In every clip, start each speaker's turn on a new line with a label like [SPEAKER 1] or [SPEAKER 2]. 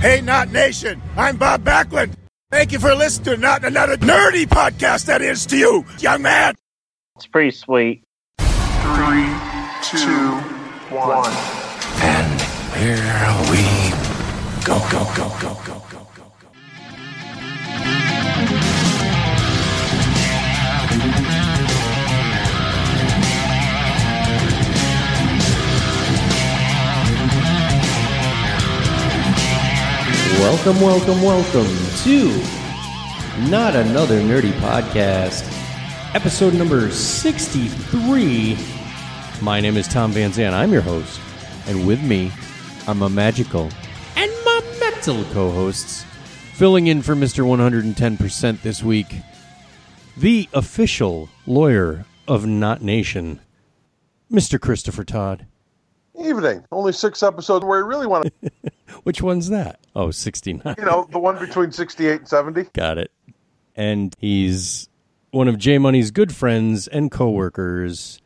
[SPEAKER 1] Hey, Not Nation, I'm Bob Backlund. Thank you for listening to Not Another Nerdy Podcast, that is to you, young man.
[SPEAKER 2] It's pretty sweet.
[SPEAKER 3] Three, two, one.
[SPEAKER 1] And here we go, go, go, go, go, go, go, go.
[SPEAKER 4] Welcome, welcome, welcome to Not Another Nerdy Podcast, episode number 63. My name is Tom Van Zandt. I'm your host. And with me are my magical and my metal co hosts, filling in for Mr. 110% this week, the official lawyer of Not Nation, Mr. Christopher Todd.
[SPEAKER 5] Evening. Only six episodes where you really want to,
[SPEAKER 4] Which one's that? Oh, 69.
[SPEAKER 5] you know, the one between 68 and 70.
[SPEAKER 4] Got it. And he's one of J Money's good friends and coworkers.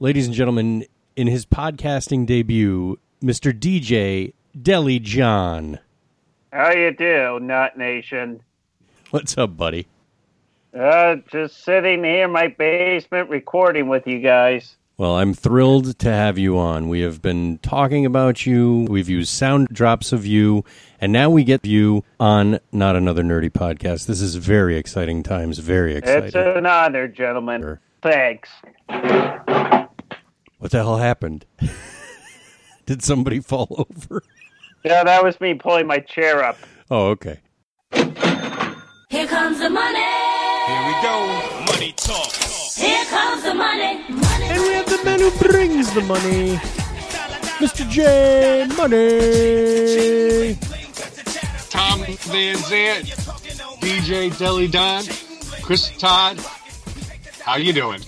[SPEAKER 4] Ladies and gentlemen, in his podcasting debut, Mr. DJ Deli John.
[SPEAKER 2] How you do, Nut Nation?
[SPEAKER 4] What's up, buddy?
[SPEAKER 2] Uh, just sitting here in my basement recording with you guys.
[SPEAKER 4] Well, I'm thrilled to have you on. We have been talking about you. We've used sound drops of you, and now we get you on Not Another Nerdy Podcast. This is very exciting times. Very exciting.
[SPEAKER 2] It's an honor, gentlemen.
[SPEAKER 4] Sure.
[SPEAKER 2] Thanks.
[SPEAKER 4] what the hell happened? Did somebody fall over?
[SPEAKER 2] Yeah, that was me pulling my chair up.
[SPEAKER 4] Oh, okay.
[SPEAKER 6] Here comes the money. Here we go. Money talk. Here comes the money.
[SPEAKER 4] And we have the man who brings the money, Mr. J Money.
[SPEAKER 7] Tom Van Zant, DJ Deli Don, Chris Todd. How you doing?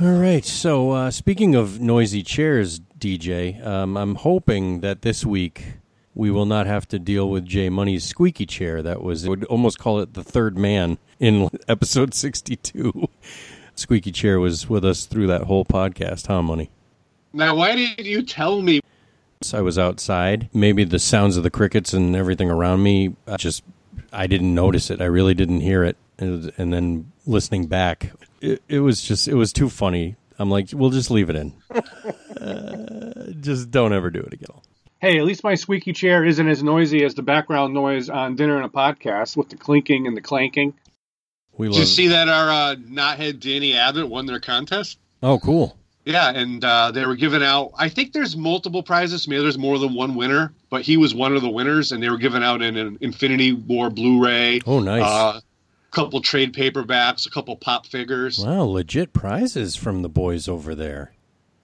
[SPEAKER 4] All right. So, uh, speaking of noisy chairs, DJ, um, I'm hoping that this week we will not have to deal with J Money's squeaky chair. That was, I would almost call it the third man in episode 62. squeaky chair was with us through that whole podcast, huh, Money?
[SPEAKER 7] Now, why didn't you tell me?
[SPEAKER 4] So I was outside. Maybe the sounds of the crickets and everything around me I just I didn't notice it. I really didn't hear it. And and then listening back, it, it was just it was too funny. I'm like, we'll just leave it in. Uh, just don't ever do it again.
[SPEAKER 7] Hey, at least my squeaky chair isn't as noisy as the background noise on Dinner and a Podcast with the clinking and the clanking.
[SPEAKER 4] We
[SPEAKER 8] Did you
[SPEAKER 4] love.
[SPEAKER 8] see that our uh, knothead Danny Abbott won their contest?
[SPEAKER 4] oh, cool.
[SPEAKER 8] Yeah, and uh, they were giving out. I think there's multiple prizes. Maybe there's more than one winner, but he was one of the winners, and they were giving out an, an Infinity War Blu-ray.
[SPEAKER 4] Oh, nice.
[SPEAKER 8] Uh, a couple trade paperbacks, a couple pop figures.
[SPEAKER 4] Wow, legit prizes from the boys over there.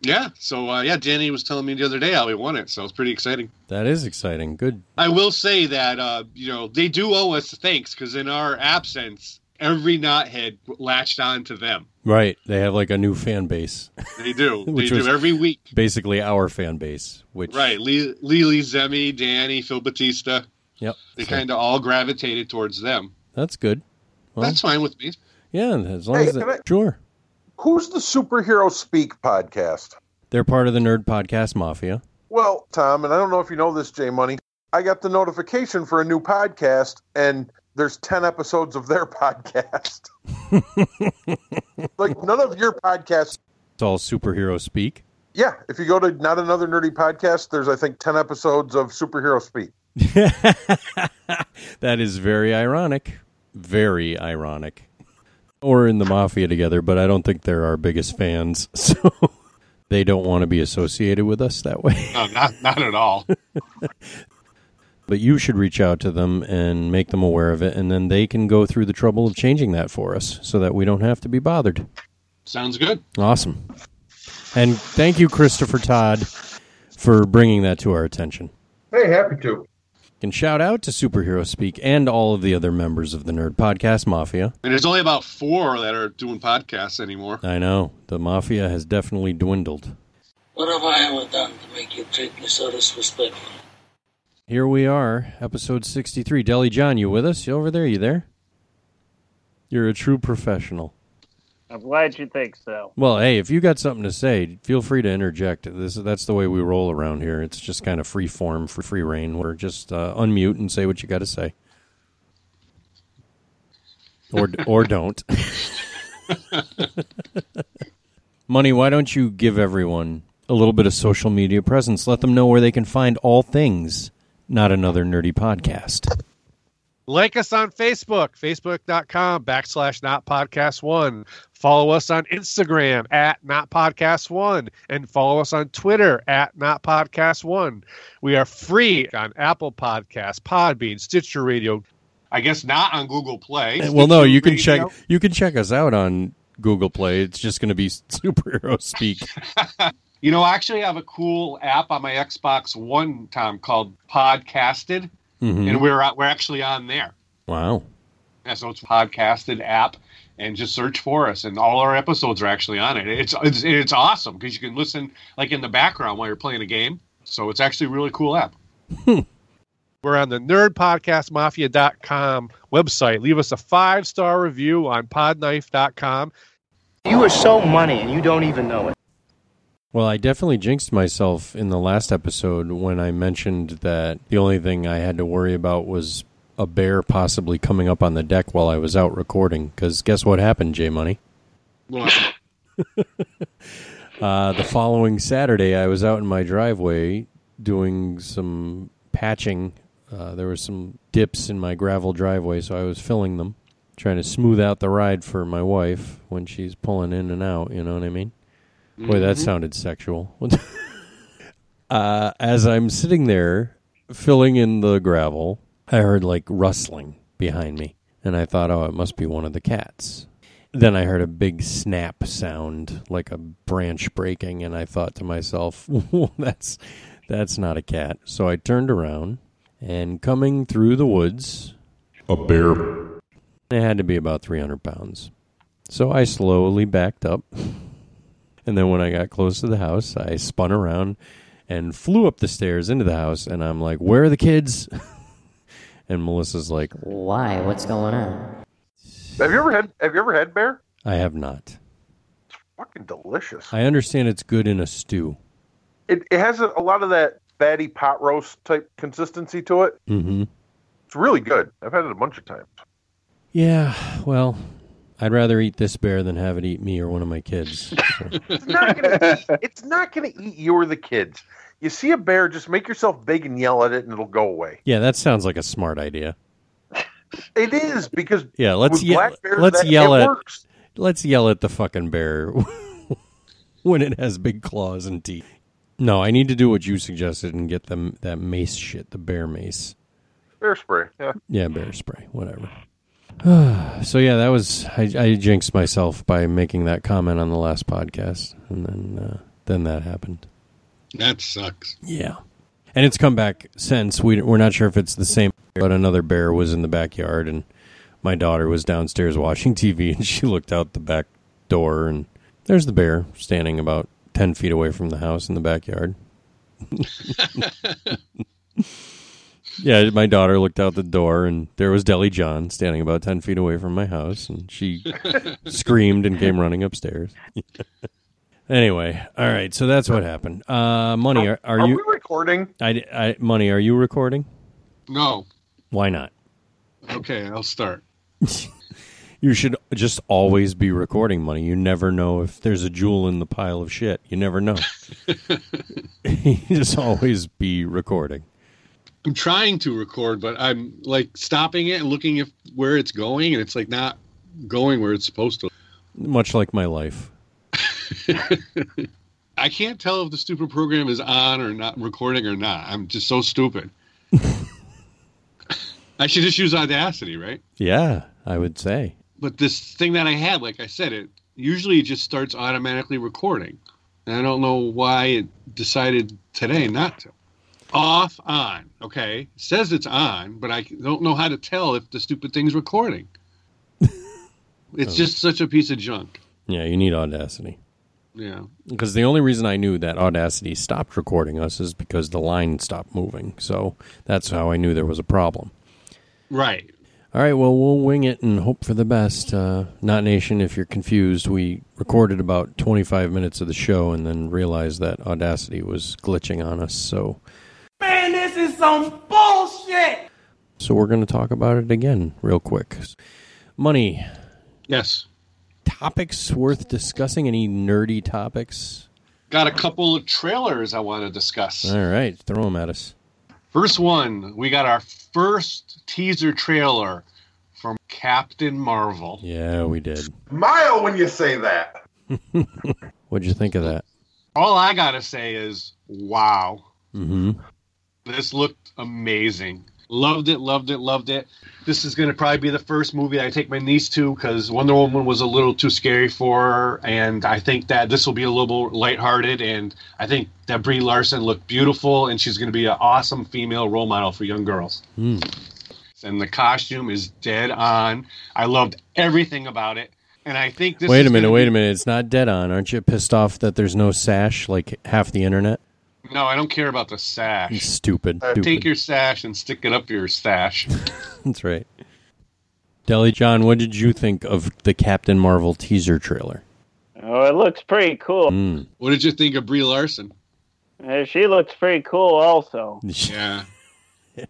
[SPEAKER 8] Yeah. So uh, yeah, Danny was telling me the other day how he won it, so it's pretty exciting.
[SPEAKER 4] That is exciting. Good.
[SPEAKER 8] I will say that uh, you know they do owe us thanks because in our absence, every knothead latched on to them.
[SPEAKER 4] Right. They have like a new fan base,
[SPEAKER 8] They do. they
[SPEAKER 4] Which was-
[SPEAKER 8] do every week.
[SPEAKER 4] basically our fan base, which
[SPEAKER 8] Right. Lee, Lily Zemi, Danny, Phil Batista.
[SPEAKER 4] Yep.
[SPEAKER 8] They kind of all gravitated towards them.
[SPEAKER 4] That's good. Well-
[SPEAKER 8] That's fine with me.
[SPEAKER 4] Yeah, as long
[SPEAKER 5] Hey,
[SPEAKER 4] as
[SPEAKER 5] can I-
[SPEAKER 4] that, sure.
[SPEAKER 5] Who's the superhero speak podcast?
[SPEAKER 4] They're part of the Nerd Podcast Mafia.
[SPEAKER 5] Well, Tom, and I don't know if you know this, Jay Money. I got the notification for a new podcast, and there's 10 episodes of their podcast. like, none of your podcasts.
[SPEAKER 4] It's all superhero speak.
[SPEAKER 5] Yeah, if you go to Not Another Nerdy Podcast, there's, I think, 10 episodes of superhero speak.
[SPEAKER 4] That is very ironic. Very ironic. Or in the Mafia together, but I don't think they're our biggest fans. So they don't want to be associated with us that way.
[SPEAKER 8] No, not not at all.
[SPEAKER 4] But you should reach out to them and make them aware of it. And then they can go through the trouble of changing that for us so that we don't have to be bothered.
[SPEAKER 8] Sounds good.
[SPEAKER 4] Awesome. And thank you, Christopher Todd, for bringing that to our attention.
[SPEAKER 5] Hey, happy to.
[SPEAKER 4] And shout out to Superhero Speak and all of the other members of the Nerd Podcast Mafia.
[SPEAKER 8] And there's only about four that are doing podcasts anymore.
[SPEAKER 4] I know, the Mafia has definitely dwindled.
[SPEAKER 9] What have I ever done to make you treat me so disrespectful?
[SPEAKER 4] Here we are, episode 63. Deli John, you with us? You over there? You there? You're a true professional.
[SPEAKER 2] I'm glad you think so.
[SPEAKER 4] Well, hey, if you got something to say, feel free to interject. This that's the way we roll around here. It's just kind of free form, for free reign. We're just uh, unmute and say what you got to say, or or don't. Money, why don't you give everyone a little bit of social media presence? Let them know where they can find all things. Not another nerdy podcast.
[SPEAKER 10] Like us on Facebook, facebook.com backslash not podcast one. Follow us on Instagram at not podcast one and follow us on Twitter at not podcast one. We are free on Apple Podcasts, Podbean, Stitcher Radio.
[SPEAKER 8] I guess not on Google Play.
[SPEAKER 4] Well, no,
[SPEAKER 8] Stitcher
[SPEAKER 4] you can check
[SPEAKER 8] Radio.
[SPEAKER 4] you can check us out on Google Play. It's just going to be superhero speak.
[SPEAKER 8] You know, I actually have a cool app on my Xbox One, Tom, called Podcasted,
[SPEAKER 4] Mhm.
[SPEAKER 8] and
[SPEAKER 10] uh,
[SPEAKER 8] we're we're actually on there.
[SPEAKER 4] Wow.
[SPEAKER 8] And so it's Podcasted app, and just search for us, and all our episodes are actually on it. It's it's, it's awesome because you can listen like in the background while you're playing a game. So it's actually a really cool app.
[SPEAKER 10] We're on the nerdpodcastmafia.com website. Leave us a five star review on podknife.com.
[SPEAKER 11] You are so money and you don't even know it.
[SPEAKER 4] Well, I definitely jinxed myself in the last episode when I mentioned that the only thing I had to worry about was a bear possibly coming up on the deck while I was out recording. Because guess what happened, J Money? Uh, the following Saturday, I was out in my driveway doing some patching. Uh, there were some dips in my gravel driveway, so I was filling them, trying to smooth out the ride for my wife when she's pulling in and out. You know what I mean? Boy, that
[SPEAKER 8] Mhm.
[SPEAKER 4] sounded sexual. uh, as I'm sitting there filling in the gravel, I heard like rustling behind me, and I thought, oh, it must be one of the cats. Then I heard a big snap sound, like a branch breaking, and I thought to myself, well, "That's that's not a cat." So I turned around, and coming through the woods, a bear. It had to be about three hundred pounds. So I slowly backed up, and then when I got close to the house, I spun around and flew up the stairs into the house, and I'm like, "Where are the kids?" and Melissa's like, "Why? What's going on?"
[SPEAKER 5] Have you ever had? Have you ever had bear?
[SPEAKER 4] I have not.
[SPEAKER 5] Fucking delicious.
[SPEAKER 4] I understand it's good in a stew.
[SPEAKER 5] It, it has a, a lot of that fatty pot roast type consistency to it.
[SPEAKER 4] Mm-hmm.
[SPEAKER 5] It's really good. I've had it a bunch of times.
[SPEAKER 4] Yeah, well, I'd rather eat this bear than have it eat me or one of my kids.
[SPEAKER 5] It's not gonna eat, it's not gonna eat you or the kids. You see a bear, just make yourself big and yell at it, and it'll go away.
[SPEAKER 4] yeah, that sounds like a smart idea.
[SPEAKER 5] It is because
[SPEAKER 4] Yeah, let's
[SPEAKER 5] with
[SPEAKER 4] ye-
[SPEAKER 5] black bears,
[SPEAKER 4] let's
[SPEAKER 5] that-
[SPEAKER 4] yell
[SPEAKER 5] it
[SPEAKER 4] at
[SPEAKER 5] works.
[SPEAKER 4] let's yell at the fucking bear when it has big claws and teeth. No, I need to do what you suggested and get them that mace shit, the bear mace.
[SPEAKER 5] bear spray. Yeah.
[SPEAKER 4] Yeah, bear spray, whatever. so yeah, that was I, I jinxed myself by making that comment on the last podcast, and then uh, then that happened.
[SPEAKER 8] That sucks.
[SPEAKER 4] Yeah. And it's come back since. We, we're not sure if it's the same, but another bear was in the backyard, and my daughter was downstairs watching TV, and she looked out the back door, and there's the bear standing about 10 feet away from the house in the backyard. yeah, my daughter looked out the door, and there was Deli John standing about 10 feet away from my house, and she screamed and came running upstairs. anyway, all right, so that's what happened. Uh, Money, are, are
[SPEAKER 5] Are
[SPEAKER 4] you.
[SPEAKER 5] we recording?
[SPEAKER 4] I, I- money. Are you recording?
[SPEAKER 8] No.
[SPEAKER 4] Why not?
[SPEAKER 8] Okay, I'll start.
[SPEAKER 4] You should just always be recording money. You never know if there's a jewel in the pile of shit. You never know. you just always be recording.
[SPEAKER 8] I'm trying to record, but I'm like stopping it and looking if where it's going, and it's like not going where it's supposed to.
[SPEAKER 4] Much like my life.
[SPEAKER 8] I can't tell if the stupid program is on or not recording or not. I'm just so stupid. I should just use Audacity, right?
[SPEAKER 4] Yeah, I would say.
[SPEAKER 8] But this thing that I had, like I said, it usually just starts automatically recording. And I don't know why it decided today not to. Off, on. Okay. It says it's on, but I don't know how to tell if the stupid thing's recording. it's just such a piece of junk.
[SPEAKER 4] Yeah, you need audacity.
[SPEAKER 8] Yeah.
[SPEAKER 4] Because the only reason I knew that Audacity stopped recording us is because the line stopped moving. So that's how I knew there was a problem.
[SPEAKER 8] Right.
[SPEAKER 4] All right, well, we'll wing it and hope for the best. Uh, Not Nation, if you're confused, we recorded about 25 minutes of the show and then realized that Audacity was glitching on us. So,
[SPEAKER 12] Man, this is some bullshit.
[SPEAKER 4] so we're going to talk about it again real quick. Money.
[SPEAKER 8] Yes.
[SPEAKER 4] Topics worth discussing? Any nerdy topics?
[SPEAKER 8] Got a couple of trailers I want to discuss.
[SPEAKER 4] All right, throw them at us.
[SPEAKER 8] First one, we got our first teaser trailer from Captain Marvel.
[SPEAKER 4] Yeah, we did.
[SPEAKER 5] Mile when you say that.
[SPEAKER 4] What'd you think of that?
[SPEAKER 8] All I got to say is, wow.
[SPEAKER 4] Mm-hmm.
[SPEAKER 8] This looked amazing. Loved it, loved it, loved it. This is going to probably be the first movie I take my niece to because Wonder Woman was a little too scary for her. And I think that this will be a little more lighthearted. And I think that Brie Larson looked beautiful and she's going to be an awesome female role model for young girls.
[SPEAKER 4] Hmm.
[SPEAKER 8] And the costume is dead on. I loved everything about it. And I think this
[SPEAKER 4] wait
[SPEAKER 8] is
[SPEAKER 4] a minute,
[SPEAKER 8] gonna
[SPEAKER 4] wait
[SPEAKER 8] be-
[SPEAKER 4] a minute. It's not dead on. Aren't you pissed off that there's no sash like half the internet?
[SPEAKER 8] No, I don't care about the sash.
[SPEAKER 4] Stupid.
[SPEAKER 8] Uh,
[SPEAKER 4] stupid.
[SPEAKER 8] Take your sash and stick it up your stash.
[SPEAKER 4] That's right. Deli John, what did you think of the Captain Marvel teaser trailer?
[SPEAKER 2] Oh, it looks pretty cool.
[SPEAKER 4] Mm.
[SPEAKER 8] What did you think of Brie Larson?
[SPEAKER 2] Uh, she looks pretty cool, also.
[SPEAKER 8] Yeah.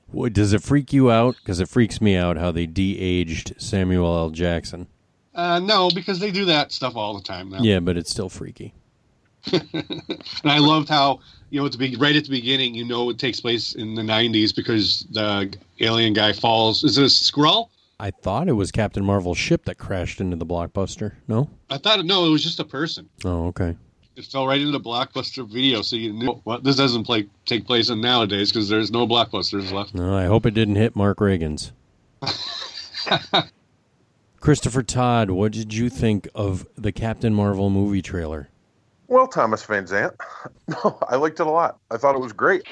[SPEAKER 4] What, does it freak you out? Because it freaks me out how they de-aged Samuel L. Jackson.
[SPEAKER 8] Uh, no, because they do that stuff all the time now.
[SPEAKER 4] Yeah, but it's still freaky.
[SPEAKER 8] And I loved how you know at the be- right at the beginning, you know it takes place in the '90s because the alien guy falls. Is it a Skrull?
[SPEAKER 4] I thought it was Captain Marvel's ship that crashed into the blockbuster. No?
[SPEAKER 8] I thought no, it was just a person.
[SPEAKER 4] Oh, okay.
[SPEAKER 8] It fell right into the blockbuster video, so you knew well, this doesn't play, take place in nowadays because there's no blockbusters left.
[SPEAKER 4] No, I hope it didn't hit Mark Reagan's. Christopher Todd, what did you think of the Captain Marvel movie trailer?
[SPEAKER 5] Well, Thomas Van Zant, no, I liked it a lot. I thought it was great.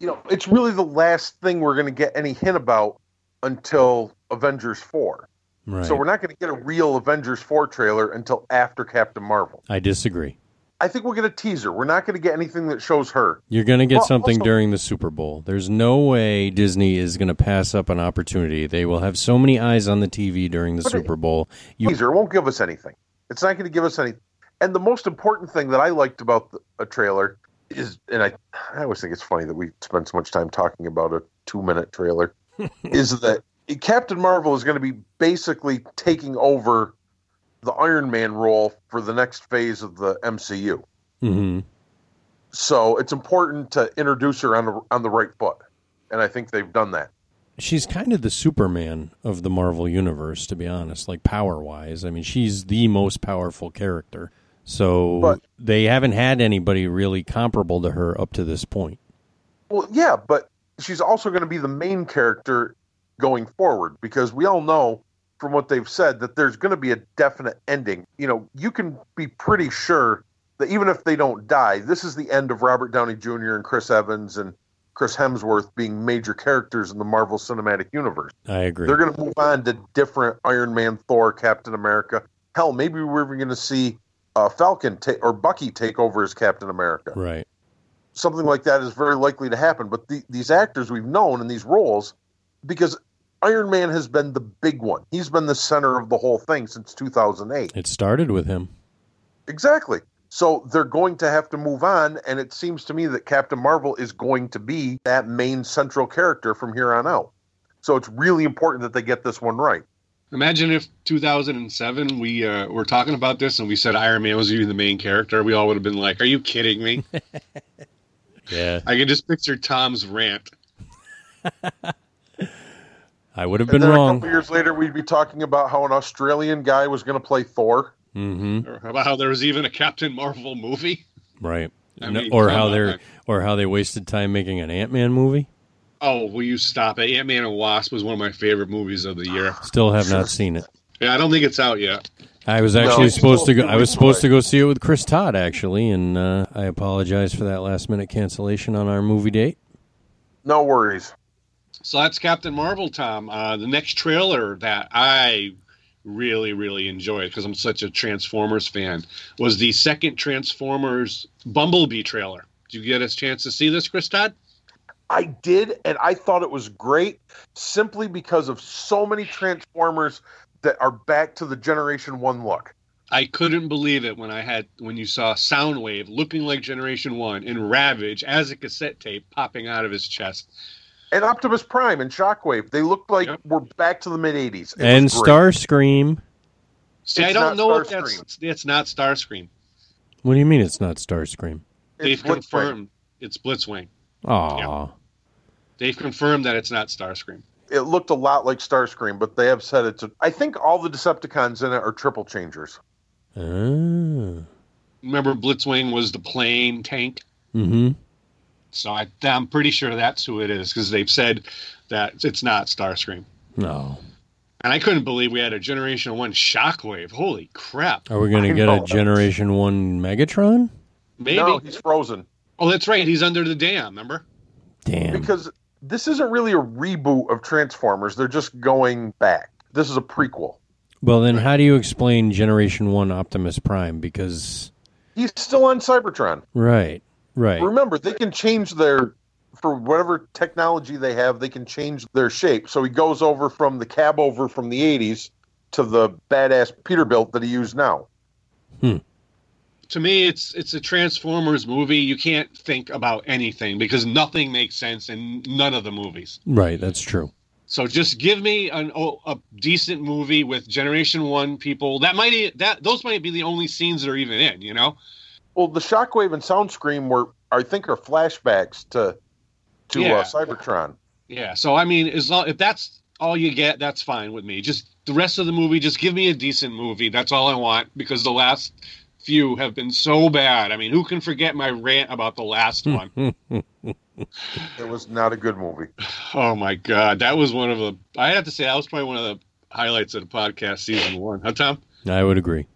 [SPEAKER 5] You know, it's really the last thing we're going to get any hint about until Avengers 4.
[SPEAKER 4] Right.
[SPEAKER 5] So we're not going to get a real Avengers 4 trailer until after Captain Marvel.
[SPEAKER 4] I disagree.
[SPEAKER 5] I think we'll get a teaser. We're not going to get anything that shows her.
[SPEAKER 4] You're going to get
[SPEAKER 5] Well,
[SPEAKER 4] something
[SPEAKER 5] also-
[SPEAKER 4] during the Super Bowl. There's no way Disney is going to pass up an opportunity. They will have so many eyes on the TV during the
[SPEAKER 5] But it-
[SPEAKER 4] Super Bowl. You,
[SPEAKER 5] teaser. It won't give us anything. It's not going to give us anything. And the most important thing that I liked about the, a trailer is, and I, I always think it's funny that we spend so much time talking about a two-minute trailer, is that Captain Marvel is going to be basically taking over the Iron Man role for the next phase of the MCU.
[SPEAKER 4] hmm
[SPEAKER 5] So it's important to introduce her on the, on the right foot, and I think they've done that.
[SPEAKER 4] She's kind of the Superman of the Marvel Universe, to be honest, like power wise. I mean, she's the most powerful character. So they haven't had anybody really comparable to her up to this point.
[SPEAKER 5] Well, yeah, but she's also going to be the main character going forward because we all know from what they've said that there's going to be a definite ending. You know, you can be pretty sure that even if they don't die, this is the end of Robert Downey Jr. and Chris Evans and Chris Hemsworth being major characters in the Marvel Cinematic Universe.
[SPEAKER 4] I agree.
[SPEAKER 5] They're going to move on to different Iron Man, Thor, Captain America. Hell, maybe we're even going to see uh, Falcon ta- or Bucky take over as Captain America
[SPEAKER 4] Right.
[SPEAKER 5] something like that is very likely to happen. But the, these actors we've known in these roles, because Iron Man has been the big one. He's been the center of the whole thing since 2008.
[SPEAKER 4] It started with him.
[SPEAKER 5] Exactly. So they're going to have to move on, and it seems to me that Captain Marvel is going to be that main central character from here on out. So it's really important that they get this one right.
[SPEAKER 8] Imagine if 2007 we uh, were talking about this and we said Iron Man was even the main character. We all would have been like, "Are you kidding me?"
[SPEAKER 4] Yeah.
[SPEAKER 8] I can just picture Tom's rant.
[SPEAKER 4] I would have
[SPEAKER 5] and
[SPEAKER 4] been
[SPEAKER 5] then
[SPEAKER 4] wrong.
[SPEAKER 5] a couple years later, we'd be talking about how an Australian guy was going to play Thor.
[SPEAKER 4] hmm
[SPEAKER 8] Or about how there was even a Captain Marvel movie.
[SPEAKER 4] Right.
[SPEAKER 8] I
[SPEAKER 4] No-
[SPEAKER 8] mean,
[SPEAKER 4] or
[SPEAKER 8] come
[SPEAKER 4] how
[SPEAKER 8] on.
[SPEAKER 4] they're or how they wasted time making an Ant Man movie.
[SPEAKER 8] Oh, will you stop it? Ant Man and Wasp was one of my favorite movies of the year.
[SPEAKER 4] Still have not seen it.
[SPEAKER 8] Yeah, I don't think it's out yet.
[SPEAKER 4] I was
[SPEAKER 8] No.
[SPEAKER 4] actually
[SPEAKER 8] It's
[SPEAKER 4] supposed to
[SPEAKER 8] still
[SPEAKER 4] go.
[SPEAKER 8] two
[SPEAKER 4] I was
[SPEAKER 8] weeks
[SPEAKER 4] supposed to go see it with Chris Todd actually, and uh, I apologize for that last minute cancellation on our movie date.
[SPEAKER 5] No worries.
[SPEAKER 8] So that's Captain Marvel, Tom. Uh, the next trailer that I really, really enjoyed because I'm such a Transformers fan was the second Transformers Bumblebee trailer. Did you get a chance to see this, Chris Todd?
[SPEAKER 5] I did, and I thought it was great simply because of so many Transformers that are back to the Generation One look.
[SPEAKER 8] I couldn't believe it when I had when you saw Soundwave looking like Generation One and Ravage as a cassette tape popping out of his chest.
[SPEAKER 5] And Optimus Prime and Shockwave, they looked like we're back to the mid '80s. It
[SPEAKER 4] and
[SPEAKER 5] was great.
[SPEAKER 4] Starscream.
[SPEAKER 8] See, I
[SPEAKER 5] It's
[SPEAKER 8] don't
[SPEAKER 5] not
[SPEAKER 8] know if
[SPEAKER 5] Starscream.
[SPEAKER 8] that's it's not Starscream.
[SPEAKER 4] What do you mean it's not Starscream?
[SPEAKER 8] They've confirmed it's Blitzwing.
[SPEAKER 4] Aw.
[SPEAKER 8] They've confirmed that it's not Starscream.
[SPEAKER 5] It looked a lot like Starscream, but they have said it's. A, I think all the Decepticons in it are triple changers.
[SPEAKER 4] Ah. Oh.
[SPEAKER 8] Remember, Blitzwing was the plane tank.
[SPEAKER 4] Mm-hmm.
[SPEAKER 8] So I, I'm pretty sure that's who it is because they've said that it's not Starscream.
[SPEAKER 4] No.
[SPEAKER 8] And I couldn't believe we had a Generation One Shockwave. Holy crap!
[SPEAKER 4] Are we going to get a Generation 1 Megatron?
[SPEAKER 8] Maybe
[SPEAKER 5] No, he's frozen.
[SPEAKER 8] Oh, that's right. He's under the dam. Remember?
[SPEAKER 5] Because this isn't really a reboot of Transformers. They're just going back. This is a prequel.
[SPEAKER 4] Well, then how do you explain Generation 1 Optimus Prime? Because.
[SPEAKER 5] He's still on Cybertron.
[SPEAKER 4] Right. Right.
[SPEAKER 5] Remember, they can change their for whatever technology they have, they can change their shape. So he goes over from the cab over from the 80s to the badass Peterbilt that he used now.
[SPEAKER 8] To me, it's it's a Transformers movie. You can't think about anything because nothing makes sense in none of the movies.
[SPEAKER 4] Right. That's true.
[SPEAKER 8] So just give me an oh, a decent movie with Generation One people. That might e, that those might be the only scenes that are even in. You know?
[SPEAKER 5] Well, the Shockwave and Sound Scream were I think are flashbacks to to
[SPEAKER 8] Yeah.
[SPEAKER 5] uh, Cybertron.
[SPEAKER 8] Yeah. So I mean, as long if that's all you get, that's fine with me. Just the rest of the movie, just give me a decent movie. That's all I want because the last few have been so bad. I mean, who can forget my rant about the last one?
[SPEAKER 5] It was not a good movie.
[SPEAKER 8] Oh my god, that was one of the. I have to say that was probably one of the highlights of the podcast season one. Huh, Tom?
[SPEAKER 4] I would agree.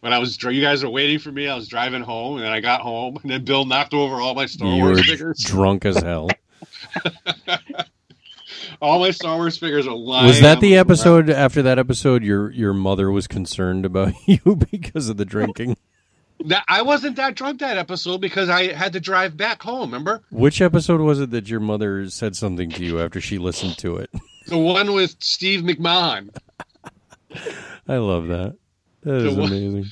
[SPEAKER 8] When I was, dri- you guys were waiting for me. I was driving home, and then I got home, and then Bill knocked over all my Star
[SPEAKER 4] You were
[SPEAKER 8] Wars
[SPEAKER 4] d-
[SPEAKER 8] figures.
[SPEAKER 4] drunk as hell.
[SPEAKER 8] All my Star Wars figures are lying.
[SPEAKER 4] Was that
[SPEAKER 8] on
[SPEAKER 4] the
[SPEAKER 8] ground.
[SPEAKER 4] episode? After that episode, your your mother was concerned about you because of the drinking.
[SPEAKER 8] That I wasn't that drunk that episode because I had to drive back home. Remember
[SPEAKER 4] Which episode was it that your mother said something to you after she listened to it?
[SPEAKER 8] the one with Steve McMahon,
[SPEAKER 4] I love that. That
[SPEAKER 8] The
[SPEAKER 4] is
[SPEAKER 8] one-
[SPEAKER 4] amazing.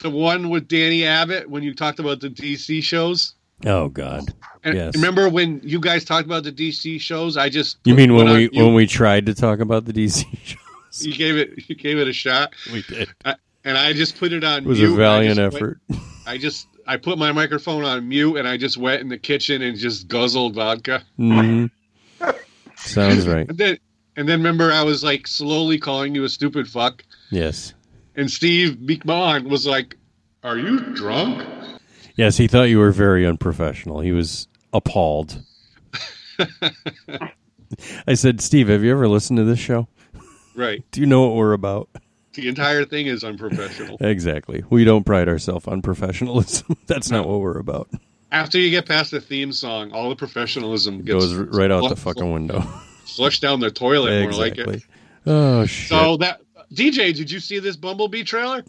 [SPEAKER 8] the one with Danny Abbott when you talked about the DC shows.
[SPEAKER 4] Oh God,
[SPEAKER 8] And
[SPEAKER 4] yes.
[SPEAKER 8] remember when you guys talked about the DC shows? I just
[SPEAKER 4] you mean when
[SPEAKER 8] went on
[SPEAKER 4] we
[SPEAKER 8] you-
[SPEAKER 4] when we tried to talk about the DC show?
[SPEAKER 8] You gave it. You gave it a shot.
[SPEAKER 4] We did.
[SPEAKER 8] I, and I just put it on.
[SPEAKER 4] It was
[SPEAKER 8] mute,
[SPEAKER 4] a
[SPEAKER 8] and I
[SPEAKER 4] valiant
[SPEAKER 8] just went-
[SPEAKER 4] effort.
[SPEAKER 8] I just I put my microphone on mute, and I just went in the kitchen and just guzzled vodka.
[SPEAKER 4] Mhm. Sounds right.
[SPEAKER 8] And then and then remember, I was like slowly calling you a stupid fuck,
[SPEAKER 4] Yes.
[SPEAKER 8] and Steve Beekman was like, "Are you drunk?"
[SPEAKER 4] Yes, he thought you were very unprofessional. He was appalled. I said, Steve, have you ever listened to this show?
[SPEAKER 8] Right.
[SPEAKER 4] Do you know what we're about?
[SPEAKER 8] The entire thing is unprofessional.
[SPEAKER 4] Exactly. We don't pride ourselves on professionalism. That's not what we're about.
[SPEAKER 8] After you get past the theme song, all the professionalism
[SPEAKER 4] It
[SPEAKER 8] gets
[SPEAKER 4] goes r- right out the
[SPEAKER 8] flushed-
[SPEAKER 4] fucking window.
[SPEAKER 8] flushed down the toilet. More like
[SPEAKER 4] Exactly.
[SPEAKER 8] it.
[SPEAKER 4] Oh shit!
[SPEAKER 8] So that DJ, did you see this Bumblebee trailer?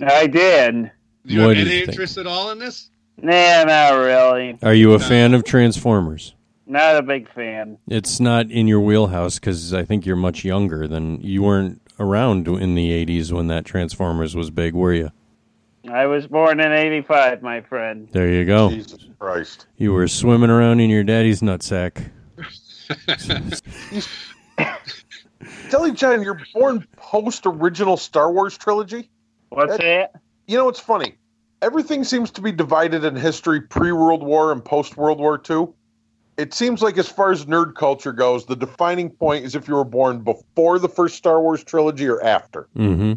[SPEAKER 2] I did.
[SPEAKER 8] Do you
[SPEAKER 4] What
[SPEAKER 8] have
[SPEAKER 4] did
[SPEAKER 8] any
[SPEAKER 4] you think?
[SPEAKER 8] interest at all in this?
[SPEAKER 2] Nah, not really.
[SPEAKER 4] Are you a fan of Transformers?
[SPEAKER 2] Not a big fan.
[SPEAKER 4] It's not in your wheelhouse because I think you're much younger than you weren't around in the '80s when that Transformers was big, were you?
[SPEAKER 2] I was born in '85, my friend.
[SPEAKER 4] There you go.
[SPEAKER 5] Jesus Christ.
[SPEAKER 4] You were swimming around in your daddy's nutsack.
[SPEAKER 5] Telly John, you're born post original Star Wars trilogy?
[SPEAKER 2] What's that?
[SPEAKER 5] You know, it's funny. Everything seems to be divided in history pre World War and post World War II. It seems like, as far as nerd culture goes, the defining point is if you were born before the first Star Wars trilogy or after.
[SPEAKER 4] Mm-hmm.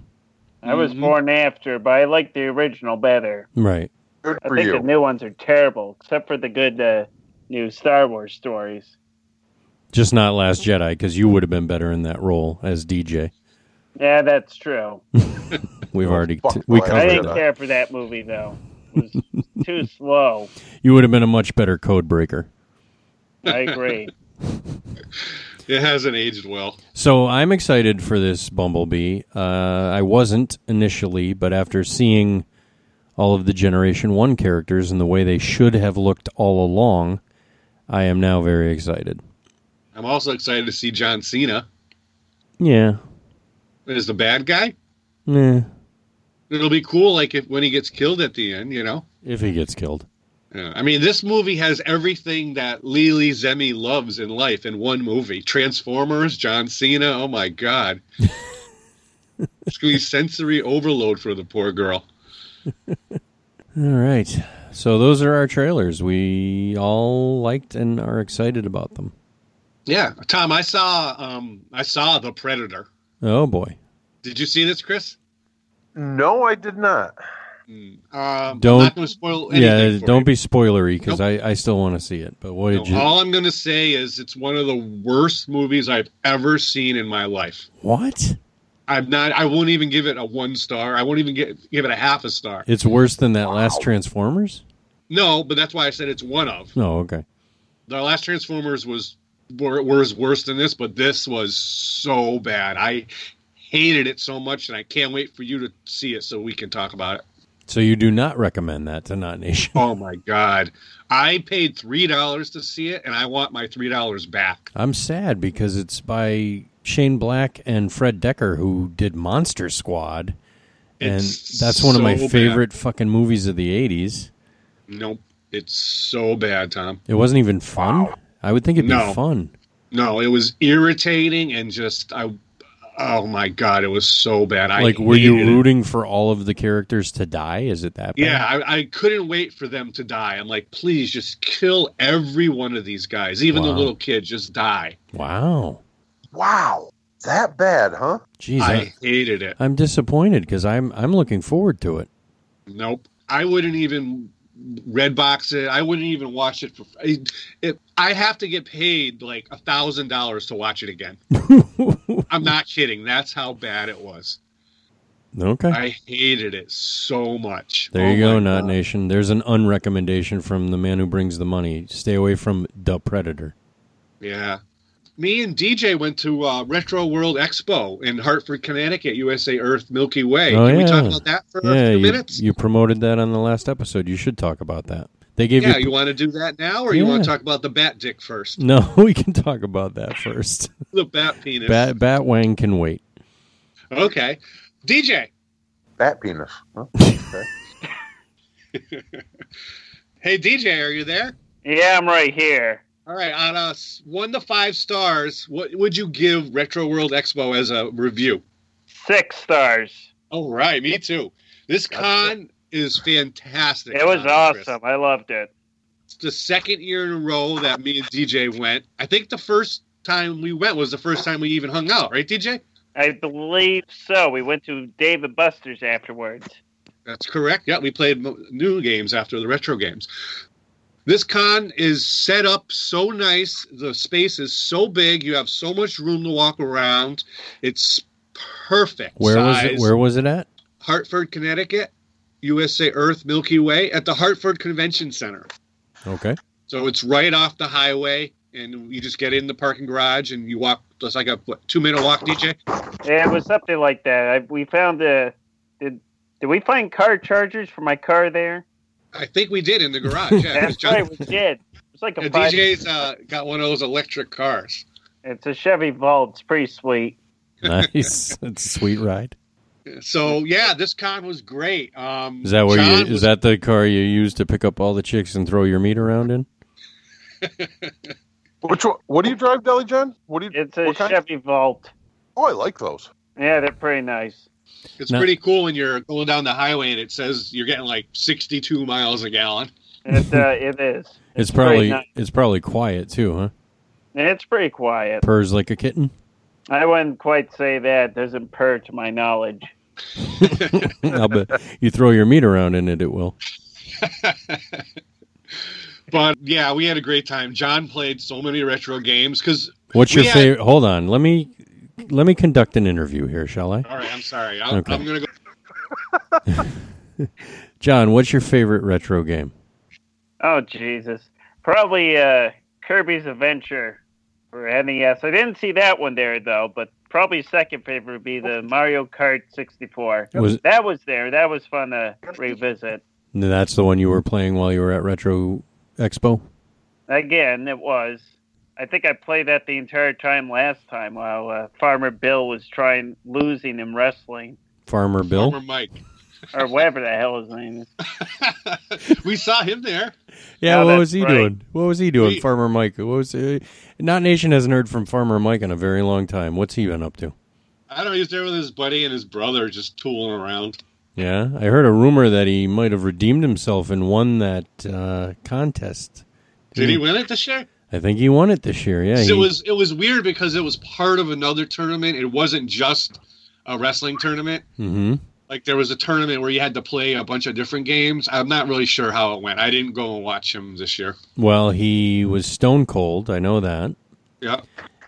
[SPEAKER 2] I was born after, but I like the original better.
[SPEAKER 4] Right.
[SPEAKER 5] Good
[SPEAKER 2] I
[SPEAKER 5] for
[SPEAKER 2] think
[SPEAKER 5] you.
[SPEAKER 2] the new ones are terrible, except for the good uh, new Star Wars stories.
[SPEAKER 4] Just not Last Jedi because you would have been better in that role as DJ.
[SPEAKER 2] Yeah, that's true.
[SPEAKER 4] We've already
[SPEAKER 5] fuck
[SPEAKER 4] t- we
[SPEAKER 5] Last
[SPEAKER 2] I
[SPEAKER 4] covered
[SPEAKER 2] didn't
[SPEAKER 4] that.
[SPEAKER 2] care for that movie though. It was too slow.
[SPEAKER 4] You would have been a much better code breaker.
[SPEAKER 2] I agree.
[SPEAKER 8] It hasn't aged well.
[SPEAKER 4] So I'm excited for this Bumblebee. Uh, I wasn't initially, but after seeing all of the Generation One characters and the way they should have looked all along, I am now very excited.
[SPEAKER 8] I'm also excited to see John Cena
[SPEAKER 4] Yeah.
[SPEAKER 8] as the bad guy.
[SPEAKER 4] Nah.
[SPEAKER 8] It'll be cool, like if when he gets killed at the end, you know.
[SPEAKER 4] If he gets killed.
[SPEAKER 8] Yeah. I mean, this movie has everything that Lily Zemi loves in life in one movie: Transformers, John Cena. Oh my God! it's gonna be sensory overload for the poor girl.
[SPEAKER 4] All right. So those are our trailers. We all liked and are excited about them.
[SPEAKER 8] Yeah, Tom, I saw, um, I saw the Predator.
[SPEAKER 4] Oh boy.
[SPEAKER 8] Did you see this, Chris?
[SPEAKER 5] No, I did not.
[SPEAKER 8] Um,
[SPEAKER 4] Don't
[SPEAKER 8] I'm not going to spoil. Anything
[SPEAKER 4] Yeah,
[SPEAKER 8] for
[SPEAKER 4] don't
[SPEAKER 8] you.
[SPEAKER 4] be spoilery cuz I I still want to see it. But what did you
[SPEAKER 8] All I'm going to say is it's one of the worst movies I've ever seen in my life.
[SPEAKER 4] What?
[SPEAKER 8] I'm not. I won't even give it a one star. I won't even get, give it a half a star.
[SPEAKER 4] It's worse than that last Transformers?
[SPEAKER 8] No, but that's why I said it's one of
[SPEAKER 4] No, okay.
[SPEAKER 8] the last Transformers was were, was worse than this, but this was so bad. I hated it so much, and I can't wait for you to see it so we can talk about it.
[SPEAKER 4] So you do not recommend that to Not Nation.
[SPEAKER 8] Oh my god! I paid three dollars to see it, and I want my three dollars back.
[SPEAKER 4] I'm sad because it's by Shane Black and Fred Decker who did Monster Squad. And
[SPEAKER 8] It's
[SPEAKER 4] that's one of my
[SPEAKER 8] so bad.
[SPEAKER 4] favorite fucking movies of the 80s.
[SPEAKER 8] Nope, it's so bad, Tom.
[SPEAKER 4] It wasn't even fun. I would think it'd
[SPEAKER 8] No.
[SPEAKER 4] be fun.
[SPEAKER 8] No, it was irritating and just I. Oh my god, it was so bad. I
[SPEAKER 4] like, were you
[SPEAKER 8] hated it.
[SPEAKER 4] rooting for all of the characters to die? Is it that bad?
[SPEAKER 8] Yeah, I, I couldn't wait for them to die. I'm like, please just kill every one of these guys, even the
[SPEAKER 4] Wow.
[SPEAKER 8] little kid, just die.
[SPEAKER 4] Wow.
[SPEAKER 5] Wow, that bad, huh?
[SPEAKER 4] Jeez,
[SPEAKER 8] I
[SPEAKER 4] I,
[SPEAKER 8] hated it.
[SPEAKER 4] I'm disappointed because I'm I'm looking forward to it.
[SPEAKER 8] Nope. I wouldn't even red box it. I wouldn't even watch it for. I, it, I have to get paid like a thousand dollars to watch it again. I'm not kidding. That's how bad it was.
[SPEAKER 4] Okay.
[SPEAKER 8] I hated it so much.
[SPEAKER 4] there
[SPEAKER 8] Oh
[SPEAKER 4] you go,
[SPEAKER 8] my
[SPEAKER 4] Not Nation. There's an unrecommendation from the man who brings the money. Stay away from the predator.
[SPEAKER 8] Yeah. Me and DJ went to uh, Retro World Expo in Hartford, Connecticut, USA Earth Milky Way.
[SPEAKER 4] oh
[SPEAKER 8] Can
[SPEAKER 4] yeah.
[SPEAKER 8] we talk about that for
[SPEAKER 4] yeah,
[SPEAKER 8] a few
[SPEAKER 4] you,
[SPEAKER 8] minutes?
[SPEAKER 4] you promoted that on the last episode. You should talk about that. They gave
[SPEAKER 8] yeah,
[SPEAKER 4] you,
[SPEAKER 8] you want to do that now, or you
[SPEAKER 4] Yeah. Mm.
[SPEAKER 8] want to talk about the bat dick first?
[SPEAKER 4] no. We can talk about that first.
[SPEAKER 8] The bat penis.
[SPEAKER 4] Bat Bat Wang can wait.
[SPEAKER 8] Okay. DJ.
[SPEAKER 5] Bat penis. Huh? Okay.
[SPEAKER 8] Hey, DJ, are you there?
[SPEAKER 2] Yeah, I'm right here.
[SPEAKER 8] All right, on a s- one to five stars, what would you give Retro World Expo as a review?
[SPEAKER 2] Six stars.
[SPEAKER 8] All right, me too. This con is fantastic.
[SPEAKER 2] It was
[SPEAKER 8] Con, Chris.
[SPEAKER 2] awesome. I loved it.
[SPEAKER 8] It's the second year in a row that me and DJ went. I think the first time we went was the first time we even hung out, right, DJ?
[SPEAKER 2] I believe so. We went to Dave and Buster's afterwards.
[SPEAKER 8] That's correct. Yeah, we played mo- new games after the retro games. This con is set up so nice. The space is so big. You have so much room to walk around. It's perfect.
[SPEAKER 4] Where was it?
[SPEAKER 8] size.
[SPEAKER 4] Where was it at?
[SPEAKER 8] Hartford, Connecticut, USA Earth Milky Way at the Hartford Convention Center.
[SPEAKER 4] Okay.
[SPEAKER 8] So it's right off the highway, and you just get in the parking garage and you walk. It's like a what, two minute walk, DJ.
[SPEAKER 2] Yeah, it was something like that. I, we found the. Did, did we find car chargers for my car there?
[SPEAKER 8] I think we did in the garage. Yeah, it was
[SPEAKER 2] That's right, we
[SPEAKER 8] John-
[SPEAKER 2] did. It's like a
[SPEAKER 8] Yeah,
[SPEAKER 2] five-
[SPEAKER 8] DJ's uh, got one of those electric cars.
[SPEAKER 2] It's a Chevy Volt. It's pretty sweet.
[SPEAKER 4] Nice. it's a sweet ride.
[SPEAKER 8] So yeah, this con was great. Um,
[SPEAKER 4] Is that where
[SPEAKER 8] John
[SPEAKER 4] you?
[SPEAKER 8] was-
[SPEAKER 4] Is that the car you use to pick up all the chicks and throw your meat around in?
[SPEAKER 5] Which one? What do you drive, Deli John? What do you?
[SPEAKER 2] It's a
[SPEAKER 5] what kind?
[SPEAKER 2] Chevy Volt.
[SPEAKER 5] Oh, I like those.
[SPEAKER 2] Yeah, they're pretty nice.
[SPEAKER 8] It's
[SPEAKER 4] No.
[SPEAKER 8] pretty cool when you're going down the highway and it says you're getting like 62 miles a gallon.
[SPEAKER 2] It, uh, it is.
[SPEAKER 4] It's, probably
[SPEAKER 2] pretty nice.
[SPEAKER 4] it's probably quiet too, huh?
[SPEAKER 2] It's pretty quiet.
[SPEAKER 4] Purrs like a kitten.
[SPEAKER 2] I wouldn't quite say that. Doesn't purr to my knowledge.
[SPEAKER 4] I'll bet you throw your meat around in it, it will.
[SPEAKER 8] But yeah, we had a great time. John played so many retro games because
[SPEAKER 4] What's
[SPEAKER 8] We
[SPEAKER 4] your
[SPEAKER 8] had-
[SPEAKER 4] favorite? Hold on, let me let me conduct an interview here, shall I?
[SPEAKER 8] All right, I'm sorry. I'm,
[SPEAKER 4] Okay.
[SPEAKER 8] I'm gonna go.
[SPEAKER 4] John, what's your favorite retro game?
[SPEAKER 2] Oh Jesus! Probably uh, Kirby's Adventure for NES. I didn't see that one there though, but probably second favorite would be the Mario Kart 64.
[SPEAKER 4] Was-
[SPEAKER 2] that was there? That was fun to revisit.
[SPEAKER 4] That's the one you were playing while you were at Retro Expo.
[SPEAKER 2] Again, it was. I think I played that the entire time last time while uh, Farmer Bill was trying losing in wrestling
[SPEAKER 4] Farmer Bill.
[SPEAKER 8] Farmer Mike.
[SPEAKER 2] or whatever the hell his name is.
[SPEAKER 8] we saw him there.
[SPEAKER 4] Yeah,
[SPEAKER 2] No,
[SPEAKER 4] what
[SPEAKER 2] that's
[SPEAKER 4] was he
[SPEAKER 2] right.
[SPEAKER 4] doing? What was he doing,
[SPEAKER 8] He-
[SPEAKER 4] Farmer Mike? What was uh, Not Nation hasn't heard from Farmer Mike in a very long time. What's he been up to?
[SPEAKER 8] I don't know. He was there with his buddy and his brother, just tooling around.
[SPEAKER 4] Yeah, I heard a rumor that he might have redeemed himself and won that uh, contest.
[SPEAKER 8] Did he win it this year?
[SPEAKER 4] I think he won it this year. Yeah,
[SPEAKER 8] So
[SPEAKER 4] he,
[SPEAKER 8] it was it was weird because it was part of another tournament. It wasn't just a wrestling tournament.
[SPEAKER 4] hmm
[SPEAKER 8] Like there was a tournament where you had to play a bunch of different games. I'm not really sure how it went. I didn't go and watch him this year.
[SPEAKER 4] Well, he was stone cold. I know that.
[SPEAKER 8] Yeah.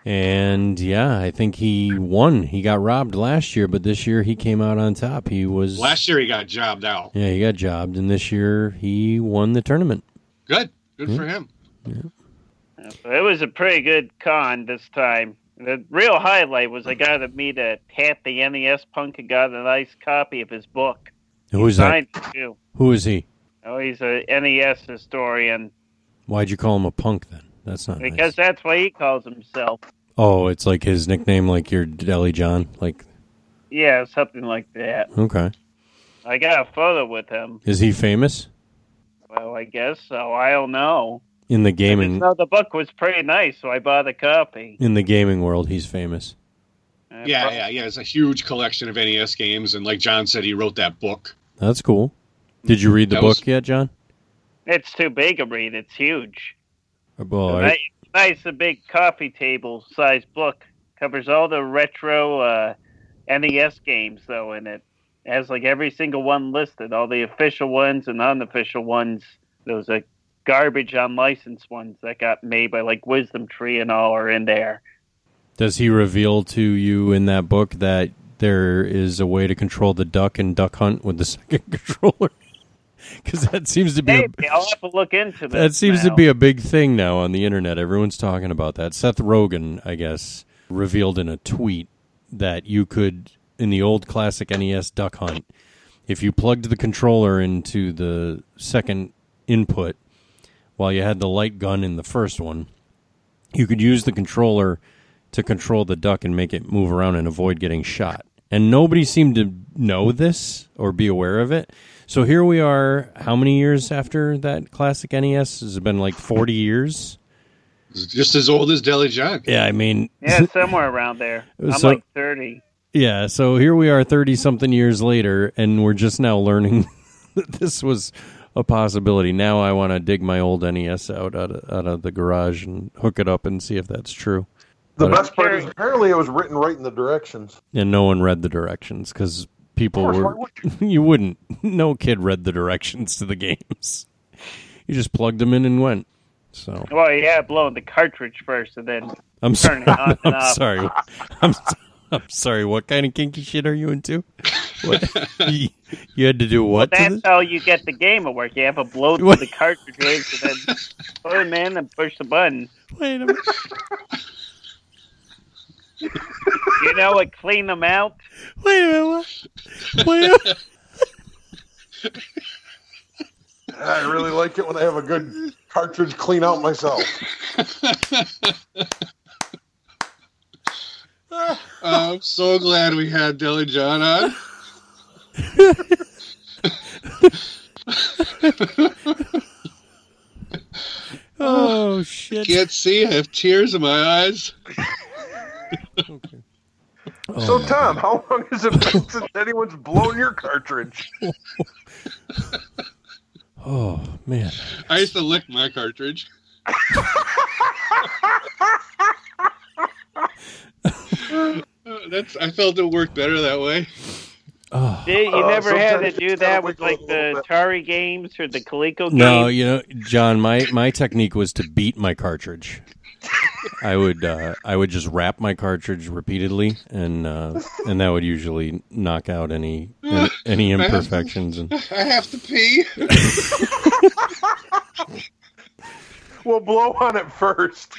[SPEAKER 4] And yeah, I think he won. He got robbed last year, but this year he came out on top. He was
[SPEAKER 8] Last year he got jobbed out.
[SPEAKER 4] yeah, he got jobbed, and this year he won the tournament.
[SPEAKER 8] Good. Good
[SPEAKER 4] Hmm?
[SPEAKER 8] for him.
[SPEAKER 2] So it was a pretty good con this time. The real highlight was I got to meet a Pat the NES punk and got a nice copy of his book.
[SPEAKER 4] Who is that?
[SPEAKER 2] Signed it, too.
[SPEAKER 4] Who is he?
[SPEAKER 2] Oh, he's a NES historian
[SPEAKER 4] Why'd you call him a punk then? That's not nice.
[SPEAKER 2] because that's what he calls himself.
[SPEAKER 4] Oh, it's like his nickname, like your Deli John. Like
[SPEAKER 2] Yeah, something like that.
[SPEAKER 4] okay,
[SPEAKER 2] I got a photo with him.
[SPEAKER 4] is he famous
[SPEAKER 2] Well, I guess so. I don't know.
[SPEAKER 4] in the gaming
[SPEAKER 2] No, the book was pretty nice, so I bought a copy.
[SPEAKER 4] in the gaming world? He's famous.
[SPEAKER 2] Uh,
[SPEAKER 8] Yeah, yeah, yeah. It's a huge collection of NES games, and like John said, he wrote that book.
[SPEAKER 4] That's cool. Did you read the
[SPEAKER 8] That
[SPEAKER 4] book
[SPEAKER 8] was-
[SPEAKER 4] yet, John?
[SPEAKER 2] It's too big a read. It's huge.
[SPEAKER 4] Well,
[SPEAKER 2] Ni-
[SPEAKER 4] I-
[SPEAKER 2] nice, a big coffee table size book. Covers all the retro uh, NES games, though, in it. It has like every single one listed, all the official ones and unofficial ones. There was a garbage unlicensed ones that got made by like Wisdom Tree and all are in there.
[SPEAKER 4] Does he reveal to you in that book that there is a way to control the duck and duck hunt with the second controller? Because that seems to be a,
[SPEAKER 2] Maybe I'll have to look into
[SPEAKER 4] that
[SPEAKER 2] this
[SPEAKER 4] seems
[SPEAKER 2] now.
[SPEAKER 4] to be a big thing now on the internet. Everyone's talking about that. Seth Rogen, I guess, revealed in a tweet that you could in the old classic NES duck hunt, if you plugged the controller into the second input while you had the light gun in the first one, you could use the controller to control the duck and make it move around and avoid getting shot. And nobody seemed to know this or be aware of it. So here we are, how many years after that classic NES? Has it been like 40 years?
[SPEAKER 8] It's just as old as Deli John.
[SPEAKER 4] Yeah, I mean,
[SPEAKER 2] yeah, somewhere around there. I'm
[SPEAKER 4] So-
[SPEAKER 2] like 30.
[SPEAKER 4] yeah, so here we are 30 something years later, and we're just now learning that this was a possibility. Now I want to dig my old NES out out of, out of the garage and hook it up and see if that's true.
[SPEAKER 5] The
[SPEAKER 4] But-
[SPEAKER 5] best part is apparently it was written right in the directions.
[SPEAKER 4] and no one read the directions because people
[SPEAKER 5] Of course,
[SPEAKER 4] were you wouldn't no kid read the directions to the games you just plugged them in and went so
[SPEAKER 2] Well, yeah, blowing the cartridge first and then
[SPEAKER 4] i'm
[SPEAKER 2] turning it
[SPEAKER 4] sorry
[SPEAKER 2] on and
[SPEAKER 4] i'm
[SPEAKER 2] off.
[SPEAKER 4] sorry I'm, s- I'm sorry what kind of kinky shit are you into what you, you had to do what to
[SPEAKER 2] That's
[SPEAKER 4] this?
[SPEAKER 2] how you get the game to work. You have to blow through the cartridges and then put them in and push the button.
[SPEAKER 4] Wait a minute.
[SPEAKER 2] You know what? Clean them out.
[SPEAKER 4] wait a minute what? wait a minute
[SPEAKER 5] I really like it when I have a good cartridge clean out myself.
[SPEAKER 8] I'm so glad we had Deli John on.
[SPEAKER 4] oh shit
[SPEAKER 8] Can't see. I have tears in my eyes.
[SPEAKER 5] so, Tom, how long has it been since anyone's blown your cartridge?
[SPEAKER 4] oh man
[SPEAKER 8] I used to lick my cartridge. That's. I felt it worked better that way.
[SPEAKER 4] oh.
[SPEAKER 2] Did- You
[SPEAKER 5] Uh,
[SPEAKER 2] never had to
[SPEAKER 5] sometimes
[SPEAKER 2] do
[SPEAKER 5] you
[SPEAKER 2] that
[SPEAKER 5] gotta
[SPEAKER 2] with like
[SPEAKER 5] wiggle it a
[SPEAKER 2] the
[SPEAKER 5] little
[SPEAKER 2] Atari games or the Coleco games.
[SPEAKER 4] No, you know, John, my my technique was to beat my cartridge. I would uh, I would just wrap my cartridge repeatedly, and uh, and that would usually knock out any any imperfections. And
[SPEAKER 8] I have to pee.
[SPEAKER 5] Well, blow on it first.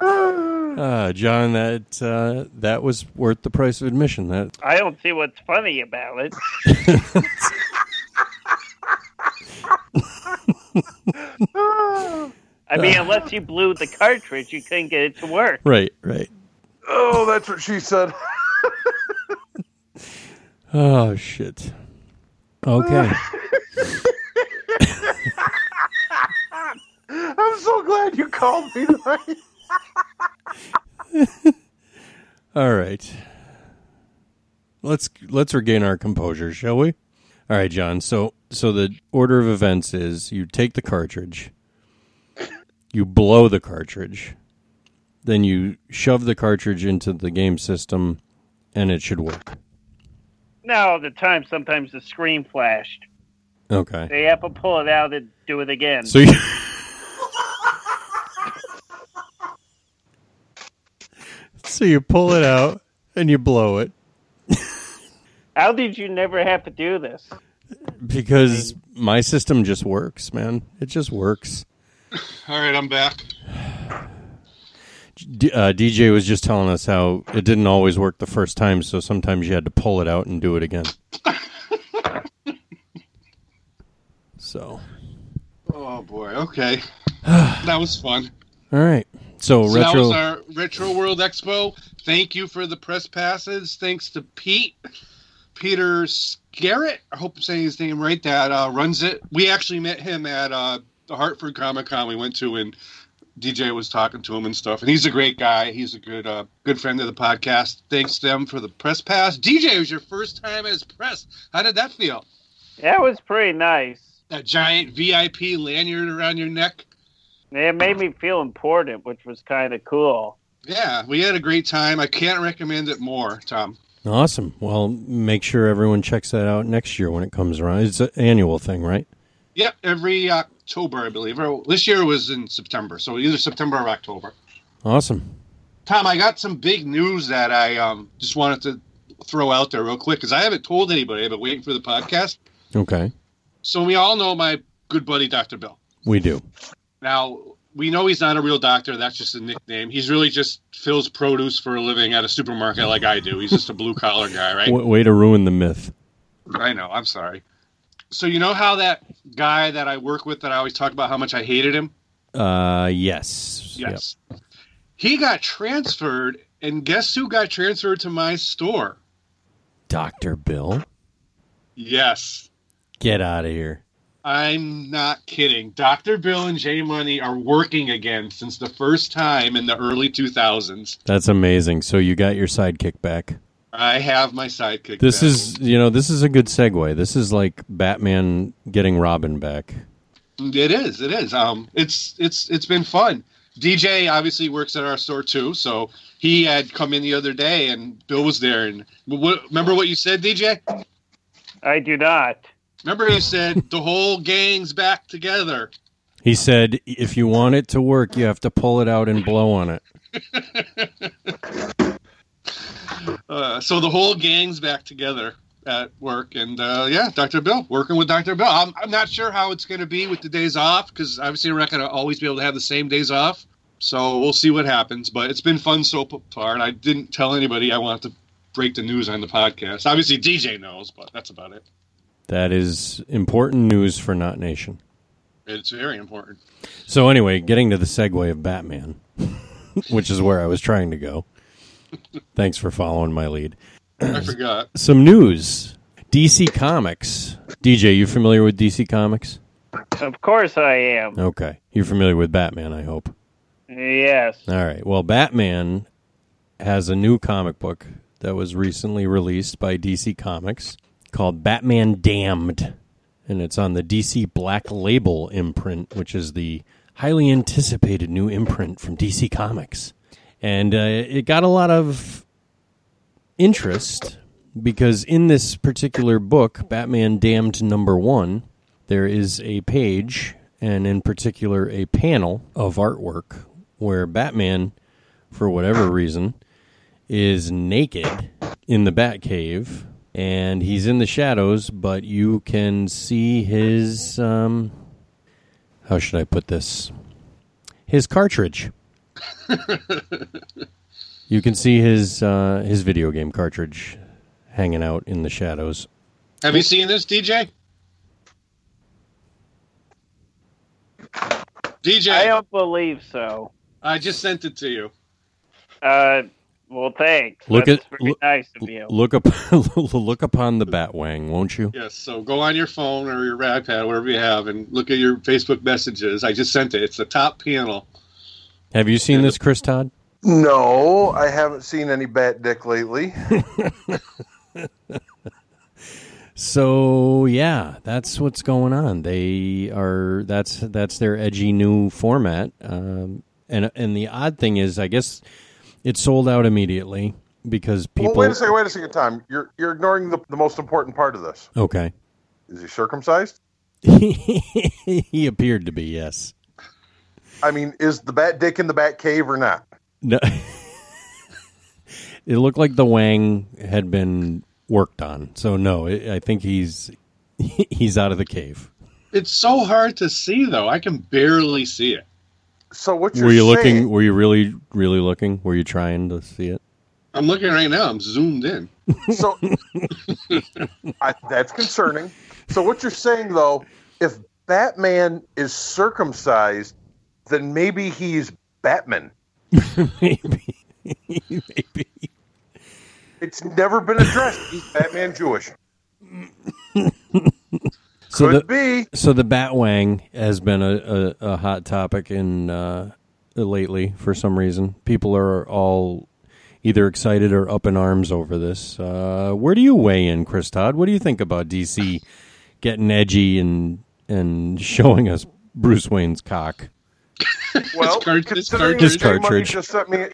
[SPEAKER 4] uh, John, that uh, that was worth the price of admission. That
[SPEAKER 2] I don't see what's funny about it. I mean, unless you blew the cartridge, you couldn't get it to work.
[SPEAKER 4] right, right.
[SPEAKER 5] Oh, that's what she said.
[SPEAKER 4] Oh shit. Okay.
[SPEAKER 5] I'm so glad you called me. tonight.
[SPEAKER 4] All right. Let's let's regain our composure, shall we? All right, John. So so the order of events is you take the cartridge. You blow the cartridge. Then you shove the cartridge into the game system and it should work.
[SPEAKER 2] No, the time sometimes the screen flashed.
[SPEAKER 4] Okay.
[SPEAKER 2] They have to pull it out and do it again.
[SPEAKER 4] So you So you pull it out and you blow it
[SPEAKER 2] How did you never have to do this?
[SPEAKER 4] because my system just works, man. It just works.
[SPEAKER 8] All right, I'm back.
[SPEAKER 4] D- uh, DJ was just telling us how it didn't always work the first time, so sometimes you had to pull it out and do it again. so,
[SPEAKER 8] Oh boy. Okay. that was fun.
[SPEAKER 4] all right. So,
[SPEAKER 8] So that
[SPEAKER 4] retro.
[SPEAKER 8] was our Retro World Expo. Thank you for the press passes. Thanks to Pete, Peter Scarrett. I hope I'm saying his name right. That uh, runs it. We actually met him at uh, the Hartford Comic Con we went to, and DJ was talking to him and stuff. And he's a great guy. He's a good uh, good friend of the podcast. Thanks to them for the press pass. DJ it was your first time as press. How did that feel?
[SPEAKER 2] That was pretty nice.
[SPEAKER 8] That giant VIP lanyard around your neck.
[SPEAKER 2] It made me feel important, which was kind of cool.
[SPEAKER 8] Yeah, we had a great time. I can't recommend it more, Tom.
[SPEAKER 4] Awesome. Well, make sure everyone checks that out next year when it comes around. It's an annual thing, right?
[SPEAKER 8] Yep, every October, I believe. Or this year was in September, so either September or October.
[SPEAKER 4] Awesome.
[SPEAKER 8] Tom, I got some big news that I um, just wanted to throw out there real quick because I haven't told anybody. I've been waiting for the podcast.
[SPEAKER 4] Okay.
[SPEAKER 8] So we all know my good buddy, Dr. Bill.
[SPEAKER 4] We do.
[SPEAKER 8] Now, we know he's not a real doctor. That's just a nickname. He's really just fills produce for a living at a supermarket like I do. He's just a blue collar guy, right?
[SPEAKER 4] W- way to ruin the myth.
[SPEAKER 8] I know. I'm sorry. So you know how that guy that I work with that I always talk about how much I hated him?
[SPEAKER 4] Uh, yes.
[SPEAKER 8] Yes. He got transferred, and guess who got transferred to my store?
[SPEAKER 4] Dr. Bill,
[SPEAKER 8] Yes.
[SPEAKER 4] get out of here.
[SPEAKER 8] I'm not kidding. Dr. Bill and J Money are working again since the first time in the early 2000s.
[SPEAKER 4] That's amazing. So, you got your sidekick back.
[SPEAKER 8] I have my sidekick.
[SPEAKER 4] This
[SPEAKER 8] back.
[SPEAKER 4] is, you know, this is a good segue. This is like Batman getting Robin back.
[SPEAKER 8] It is. It is. Um, it's it's it's been fun. DJ obviously works at our store too, so he had come in the other day, and Bill was there. And what, remember what you said, DJ?
[SPEAKER 2] I do not.
[SPEAKER 8] Remember you said the whole gang's back together.
[SPEAKER 4] He said, if you want it to work, you have to pull it out and blow on it.
[SPEAKER 8] Uh, so the whole gang's back together at work, and uh, yeah, Dr. Bill working with Dr. Bill. I'm, I'm not sure how it's going to be with the days off because obviously we're not going to always be able to have the same days off. So we'll see what happens. But it's been fun so far, and I didn't tell anybody I wanted to break the news on the podcast. Obviously DJ knows, but that's about it.
[SPEAKER 4] That is important news for Not Nation.
[SPEAKER 8] It's very important.
[SPEAKER 4] So, anyway, getting to the segue of Batman, which is where I was trying to go. Thanks for following my lead.
[SPEAKER 8] I forgot.
[SPEAKER 4] Some news DC Comics. DJ, you familiar with DC Comics?
[SPEAKER 2] Of course I am.
[SPEAKER 4] Okay. You're familiar with Batman, I hope.
[SPEAKER 2] Yes.
[SPEAKER 4] All right. Well, Batman has a new comic book that was recently released by DC Comics called Batman Damned. And it's on the DC Black Label imprint, which is the highly anticipated new imprint from DC Comics. And uh, it got a lot of interest because in this particular book, Batman Damned number one, there is a page and in particular a panel of artwork where Batman, for whatever reason, is naked in the Batcave and he's in the shadows, but you can see his um, how should I put this? His cartridge. You can see his uh, his video game cartridge hanging out in the shadows.
[SPEAKER 8] Have you seen this, DJ? DJ,
[SPEAKER 2] I don't believe so.
[SPEAKER 8] I just sent it to you.
[SPEAKER 2] Uh, well, thanks.
[SPEAKER 4] Look
[SPEAKER 2] That's
[SPEAKER 4] at-
[SPEAKER 2] very
[SPEAKER 4] look-
[SPEAKER 2] nice of you.
[SPEAKER 4] Look up, look upon the Batwang, won't you?
[SPEAKER 8] Yes. So go on your phone or your iPad, whatever you have, and look at your Facebook messages. I just sent it. It's the top panel.
[SPEAKER 4] Have you seen this, Chris Todd?
[SPEAKER 5] No, I haven't seen any bat dick lately.
[SPEAKER 4] So yeah, that's what's going on. They are that's that's their edgy new format. Um, and and the odd thing is, I guess it sold out immediately because people.
[SPEAKER 5] Well, wait a second, wait a second, Tom. You're you're ignoring the, the most important part of this.
[SPEAKER 4] Okay,
[SPEAKER 5] Is he circumcised?
[SPEAKER 4] he appeared to be yes.
[SPEAKER 5] I mean, is the bat dick in the bat cave or not?
[SPEAKER 4] No. it looked like the wang had been worked on. So no, I I think he's he's out of the cave.
[SPEAKER 8] It's so hard to see though. I can barely see it.
[SPEAKER 5] So what
[SPEAKER 4] were you looking? Were you really really looking? Were you trying to see it?
[SPEAKER 8] I'm looking right now. I'm zoomed in.
[SPEAKER 5] So I, that's concerning. So what you're saying though, if Batman is circumcised, then maybe he's Batman.
[SPEAKER 4] maybe.
[SPEAKER 5] maybe. It's never been addressed. He's Batman Jewish.
[SPEAKER 4] So
[SPEAKER 5] Could
[SPEAKER 4] the, So the Batwang has been a, a, a hot topic in uh, lately for some reason. People are all either excited or up in arms over this. Uh, where do you weigh in, Chris Todd? What do you think about DC getting edgy and and showing us Bruce Wayne's cock?
[SPEAKER 5] Well,
[SPEAKER 4] cartridge.
[SPEAKER 5] considering
[SPEAKER 4] This
[SPEAKER 5] that Jay Monkey
[SPEAKER 4] cartridge.
[SPEAKER 5] just sent me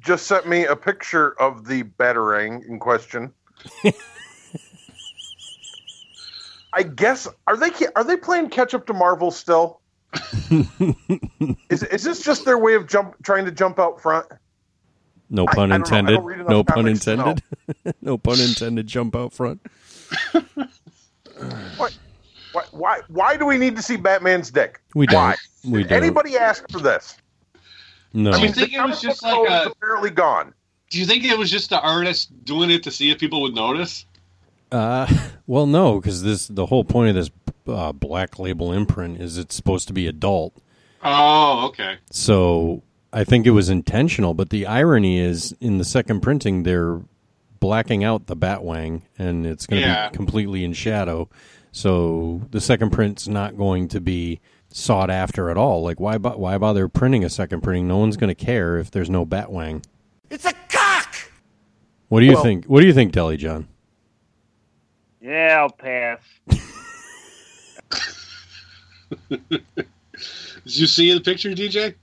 [SPEAKER 5] just sent me a picture of the batarang in question. I guess are they are they playing catch up to Marvel still? is is this just their way of jump trying to jump out front?
[SPEAKER 4] No
[SPEAKER 5] I-
[SPEAKER 4] pun
[SPEAKER 5] I don't know. I don't
[SPEAKER 4] intended.
[SPEAKER 5] read enough
[SPEAKER 4] No pun
[SPEAKER 5] comics to
[SPEAKER 4] intended. no pun intended. Jump out front.
[SPEAKER 5] Why why, why do we need to see Batman's dick?
[SPEAKER 4] We don't.
[SPEAKER 5] Why?
[SPEAKER 4] We
[SPEAKER 5] Did
[SPEAKER 4] don't.
[SPEAKER 5] Anybody ask for this?
[SPEAKER 4] No.
[SPEAKER 5] I mean,
[SPEAKER 8] Do you think
[SPEAKER 5] the
[SPEAKER 8] it was
[SPEAKER 5] comic
[SPEAKER 8] just
[SPEAKER 5] book code
[SPEAKER 8] like
[SPEAKER 5] is
[SPEAKER 8] a-
[SPEAKER 5] apparently gone.
[SPEAKER 8] Do you think it was just the artist doing it to see if people would notice?
[SPEAKER 4] Uh, well, no, because this the whole point of this uh, black label imprint is it's supposed to be adult.
[SPEAKER 8] Oh, okay.
[SPEAKER 4] So I think it was intentional, but the irony is in the second printing they're blacking out the Batwang and it's going to
[SPEAKER 8] Yeah.
[SPEAKER 4] be completely in shadow. So the second print's not going to be sought after at all. Like why bo- why bother printing a second printing? No one's going to care if there's no Batwang.
[SPEAKER 12] It's a cock!
[SPEAKER 4] What do you
[SPEAKER 2] Well-
[SPEAKER 4] think? What do you think, Deli John?
[SPEAKER 2] Yeah, I'll pass.
[SPEAKER 8] Did you see the picture, DJ?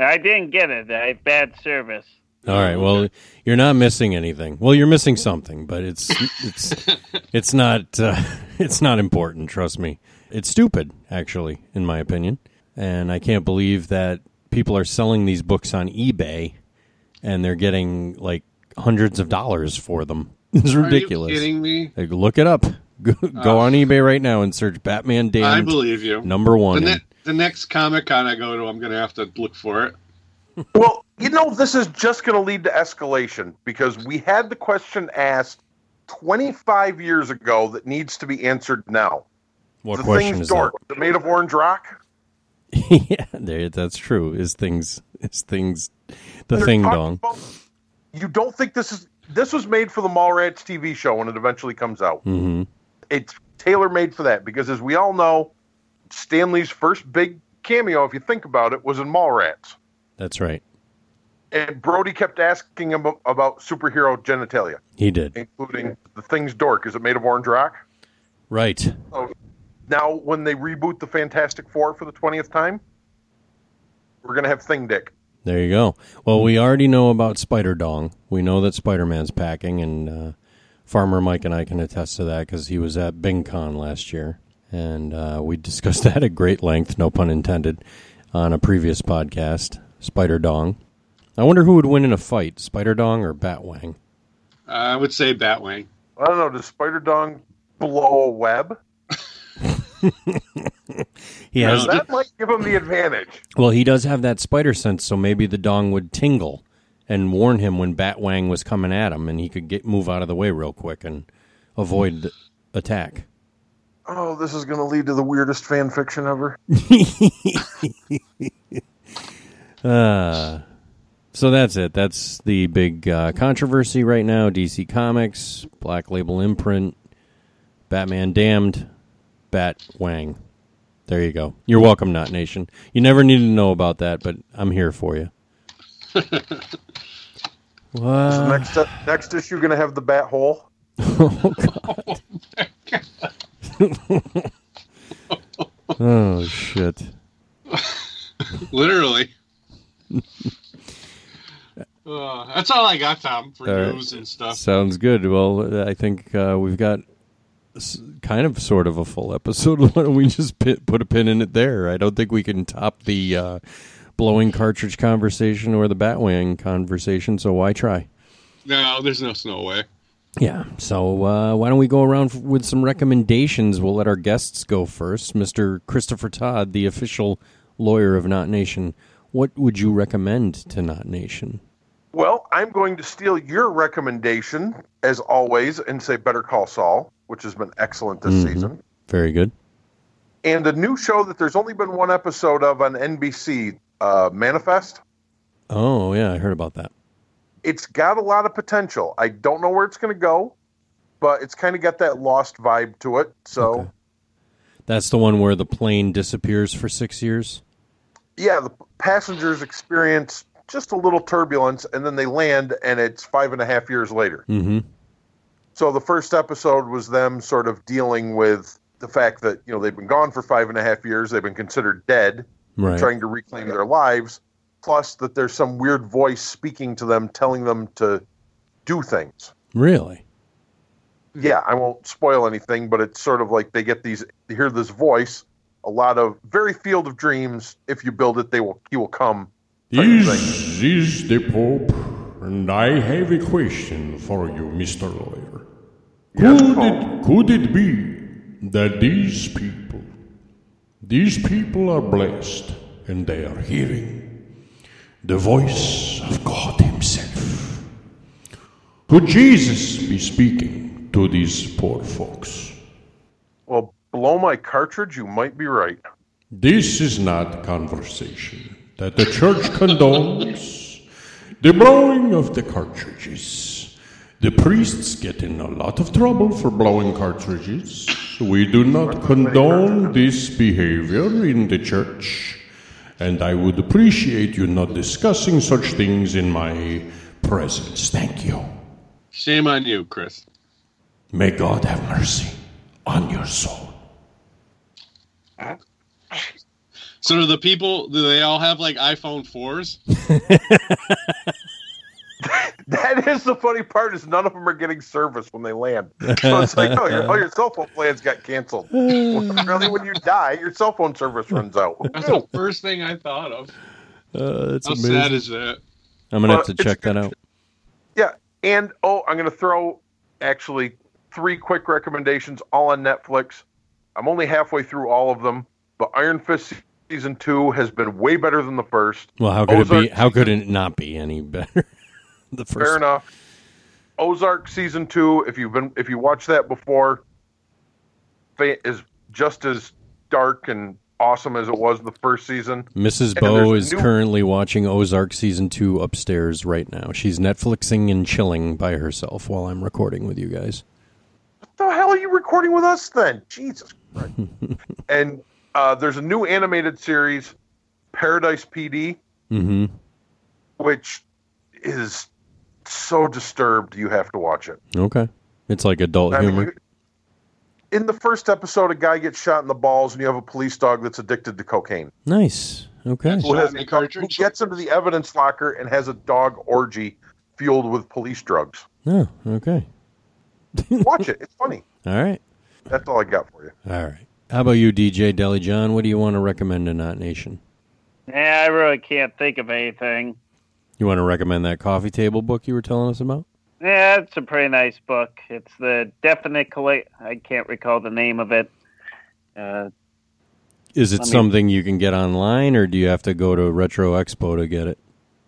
[SPEAKER 2] I didn't get it. I had bad service.
[SPEAKER 4] All right. Well, you're not missing anything. Well, you're missing something, but it's it's it's not uh, it's not important. Trust me. It's stupid, actually, in my opinion. And I can't believe that people are selling these books on eBay, and they're getting like hundreds of dollars for them. It's
[SPEAKER 8] Are you
[SPEAKER 4] ridiculous.
[SPEAKER 8] kidding me?
[SPEAKER 4] Like, look it up. Go, go on eBay right now and search Batman Damned.
[SPEAKER 8] I believe you.
[SPEAKER 4] Number one.
[SPEAKER 8] The, ne- the next Comic Con I go to, I'm going to have to look for it.
[SPEAKER 5] Well, you know, this is just going to lead to escalation because we had the question asked 25 years ago that needs to be answered now.
[SPEAKER 4] What
[SPEAKER 5] the
[SPEAKER 4] question
[SPEAKER 5] thing's
[SPEAKER 4] is that?
[SPEAKER 5] dark. Is it made of orange rock?
[SPEAKER 4] yeah, there, that's true. Is things is things the
[SPEAKER 5] They're
[SPEAKER 4] thing
[SPEAKER 5] talking
[SPEAKER 4] dong.
[SPEAKER 5] about- You don't think this is this was made for the Mallrats TV show when it eventually comes out?
[SPEAKER 4] Mm-hmm.
[SPEAKER 5] It's tailor made for that because, as we all know, Stanley's first big cameo, if you think about it, was in Mallrats,
[SPEAKER 4] That's right.
[SPEAKER 5] and Brody kept asking him about superhero genitalia,
[SPEAKER 4] He did.
[SPEAKER 5] including the thing's dork. Is it made of orange rock?
[SPEAKER 4] Right.
[SPEAKER 5] So now, when they reboot the Fantastic Four for the twentieth time, we're gonna have Thing Dick.
[SPEAKER 4] There you go. Well, we already know about Spider Dong. We know that Spider Man's packing, and uh, Farmer Mike and I can attest to that because he was at BingCon last year, and uh, we discussed that at great length, no pun intended, on a previous podcast. Spider Dong. I wonder who would win in a fight, Spider Dong or Batwang?
[SPEAKER 8] I would say Batwing.
[SPEAKER 5] I don't know. Does Spider Dong blow a web?
[SPEAKER 4] He has.
[SPEAKER 5] that might give him the advantage.
[SPEAKER 4] Well, he does have that spider sense, so maybe the dong would tingle and warn him when Batwang was coming at him, and he could get move out of the way real quick and avoid the attack.
[SPEAKER 5] Oh, this is going to lead to the weirdest fan fiction ever.
[SPEAKER 4] Uh, so that's it. That's the big uh, controversy right now. DC Comics, Black Label Imprint, Batman Damned, Bat Wang. There you go. You're welcome, Not Nation. You never needed to know about that, but I'm here for you.
[SPEAKER 5] Is the
[SPEAKER 4] Wow.
[SPEAKER 5] next uh, next issue going to have the bat hole?
[SPEAKER 4] oh God. oh shit.
[SPEAKER 8] Literally. Uh, that's all I got, Tom, for
[SPEAKER 4] All right.
[SPEAKER 8] news and stuff.
[SPEAKER 4] Sounds good. Well, I think uh, we've got s- kind of sort of a full episode. Why don't we just pit, put a pin in it there? I don't think we can top the uh, blowing cartridge conversation or the Batwing conversation, so why try?
[SPEAKER 8] no, there's no snow way.
[SPEAKER 4] Yeah. So uh, why don't we go around f- with some recommendations? We'll let our guests go first. Mr. Christopher Todd, the official lawyer of Not Nation, what would you recommend to Not Nation?
[SPEAKER 5] Well, I'm going to steal your recommendation, as always, and say Better Call Saul, which has been excellent this
[SPEAKER 4] Mhm.
[SPEAKER 5] season.
[SPEAKER 4] Very good.
[SPEAKER 5] And a new show that there's only been one episode of on NBC, uh, Manifest.
[SPEAKER 4] Oh, yeah, I heard about that.
[SPEAKER 5] It's got a lot of potential. I don't know where it's going to go, but it's kind of got that lost vibe to it. So,
[SPEAKER 4] That's the one where the plane disappears for six years.
[SPEAKER 5] yeah, the passengers experience just a little turbulence, and then they land, and it's five and a half years later.
[SPEAKER 4] Mm-hmm.
[SPEAKER 5] So the first episode was them sort of dealing with the fact that you know they've been gone for five and a half years, they've been considered dead,
[SPEAKER 4] Right.
[SPEAKER 5] trying to reclaim their lives. Plus, that there's some weird voice speaking to them, telling them to do things.
[SPEAKER 4] Really?
[SPEAKER 5] Yeah, I won't spoil anything, but it's sort of like they get these, they hear this voice. A lot of very Field of Dreams. If you build it, they will. He will come.
[SPEAKER 13] This is the Pope, and I have a question for you, Mr. Lawyer. Could it, could it be that these people, these people are blessed, and they are hearing the voice of God Himself? Could Jesus be speaking to these poor folks?
[SPEAKER 5] Well, blow my cartridge. You might be right.
[SPEAKER 13] This is not conversation that the church condones. The blowing of the cartridges. The priests get in a lot of trouble for blowing cartridges. We do not condone this behavior in the church. And I would appreciate you not discussing such things in my presence. Thank you.
[SPEAKER 8] Shame on you, Chris.
[SPEAKER 13] May God have mercy on your soul.
[SPEAKER 8] So do the people? Do they all have like iPhone fours?
[SPEAKER 5] That is the funny part is none of them are getting service when they land. So it's like, oh, your, oh, your cell phone plans got canceled. Well, really, when you die, your cell phone service runs out.
[SPEAKER 8] That's the first thing I thought of.
[SPEAKER 4] Uh, that's
[SPEAKER 8] How
[SPEAKER 4] amazing.
[SPEAKER 8] sad is that?
[SPEAKER 4] I'm gonna have
[SPEAKER 5] But
[SPEAKER 4] to check that out.
[SPEAKER 5] Yeah, and oh, I'm going to throw actually three quick recommendations all on Netflix. I'm only halfway through all of them, but Iron Fist season two has been way better than the first.
[SPEAKER 4] Well, how could it be?
[SPEAKER 5] Ozark-
[SPEAKER 4] How could it not be any better? the first.
[SPEAKER 5] Fair enough. Ozark season two, if you've been if you watched that before, fa- is just as dark and awesome as it was the first season.
[SPEAKER 4] Mrs.
[SPEAKER 5] And then there's
[SPEAKER 4] Bo
[SPEAKER 5] a
[SPEAKER 4] is
[SPEAKER 5] new-
[SPEAKER 4] currently watching Ozark season two upstairs right now. She's Netflixing and chilling by herself while I'm recording with you guys.
[SPEAKER 5] What the hell are you recording with us then? Jesus Christ. and uh, there's a new animated series, Paradise PD,
[SPEAKER 4] Mm-hmm.
[SPEAKER 5] which is so disturbed you have to watch it.
[SPEAKER 4] Okay. It's like adult
[SPEAKER 5] I mean,
[SPEAKER 4] humor.
[SPEAKER 5] you- in the first episode, a guy gets shot in the balls, and you have a police dog that's addicted to cocaine.
[SPEAKER 4] nice. Okay.
[SPEAKER 5] who, has a dog- who gets into the evidence locker and has a dog orgy fueled with police drugs.
[SPEAKER 4] Oh, okay.
[SPEAKER 5] Watch it; it's funny.
[SPEAKER 4] All right.
[SPEAKER 5] That's all I got for you.
[SPEAKER 4] All right. How about you, DJ Deli John? What do you want to recommend to Not Nation?
[SPEAKER 2] Yeah, I really can't think of anything.
[SPEAKER 4] You want to recommend that coffee table book you were telling us about?
[SPEAKER 2] Yeah, it's a pretty nice book. It's the definite collect. I can't recall the name of it. Uh,
[SPEAKER 4] Is it
[SPEAKER 2] I mean-
[SPEAKER 4] something you can get online, or do you have to go to Retro Expo to get it?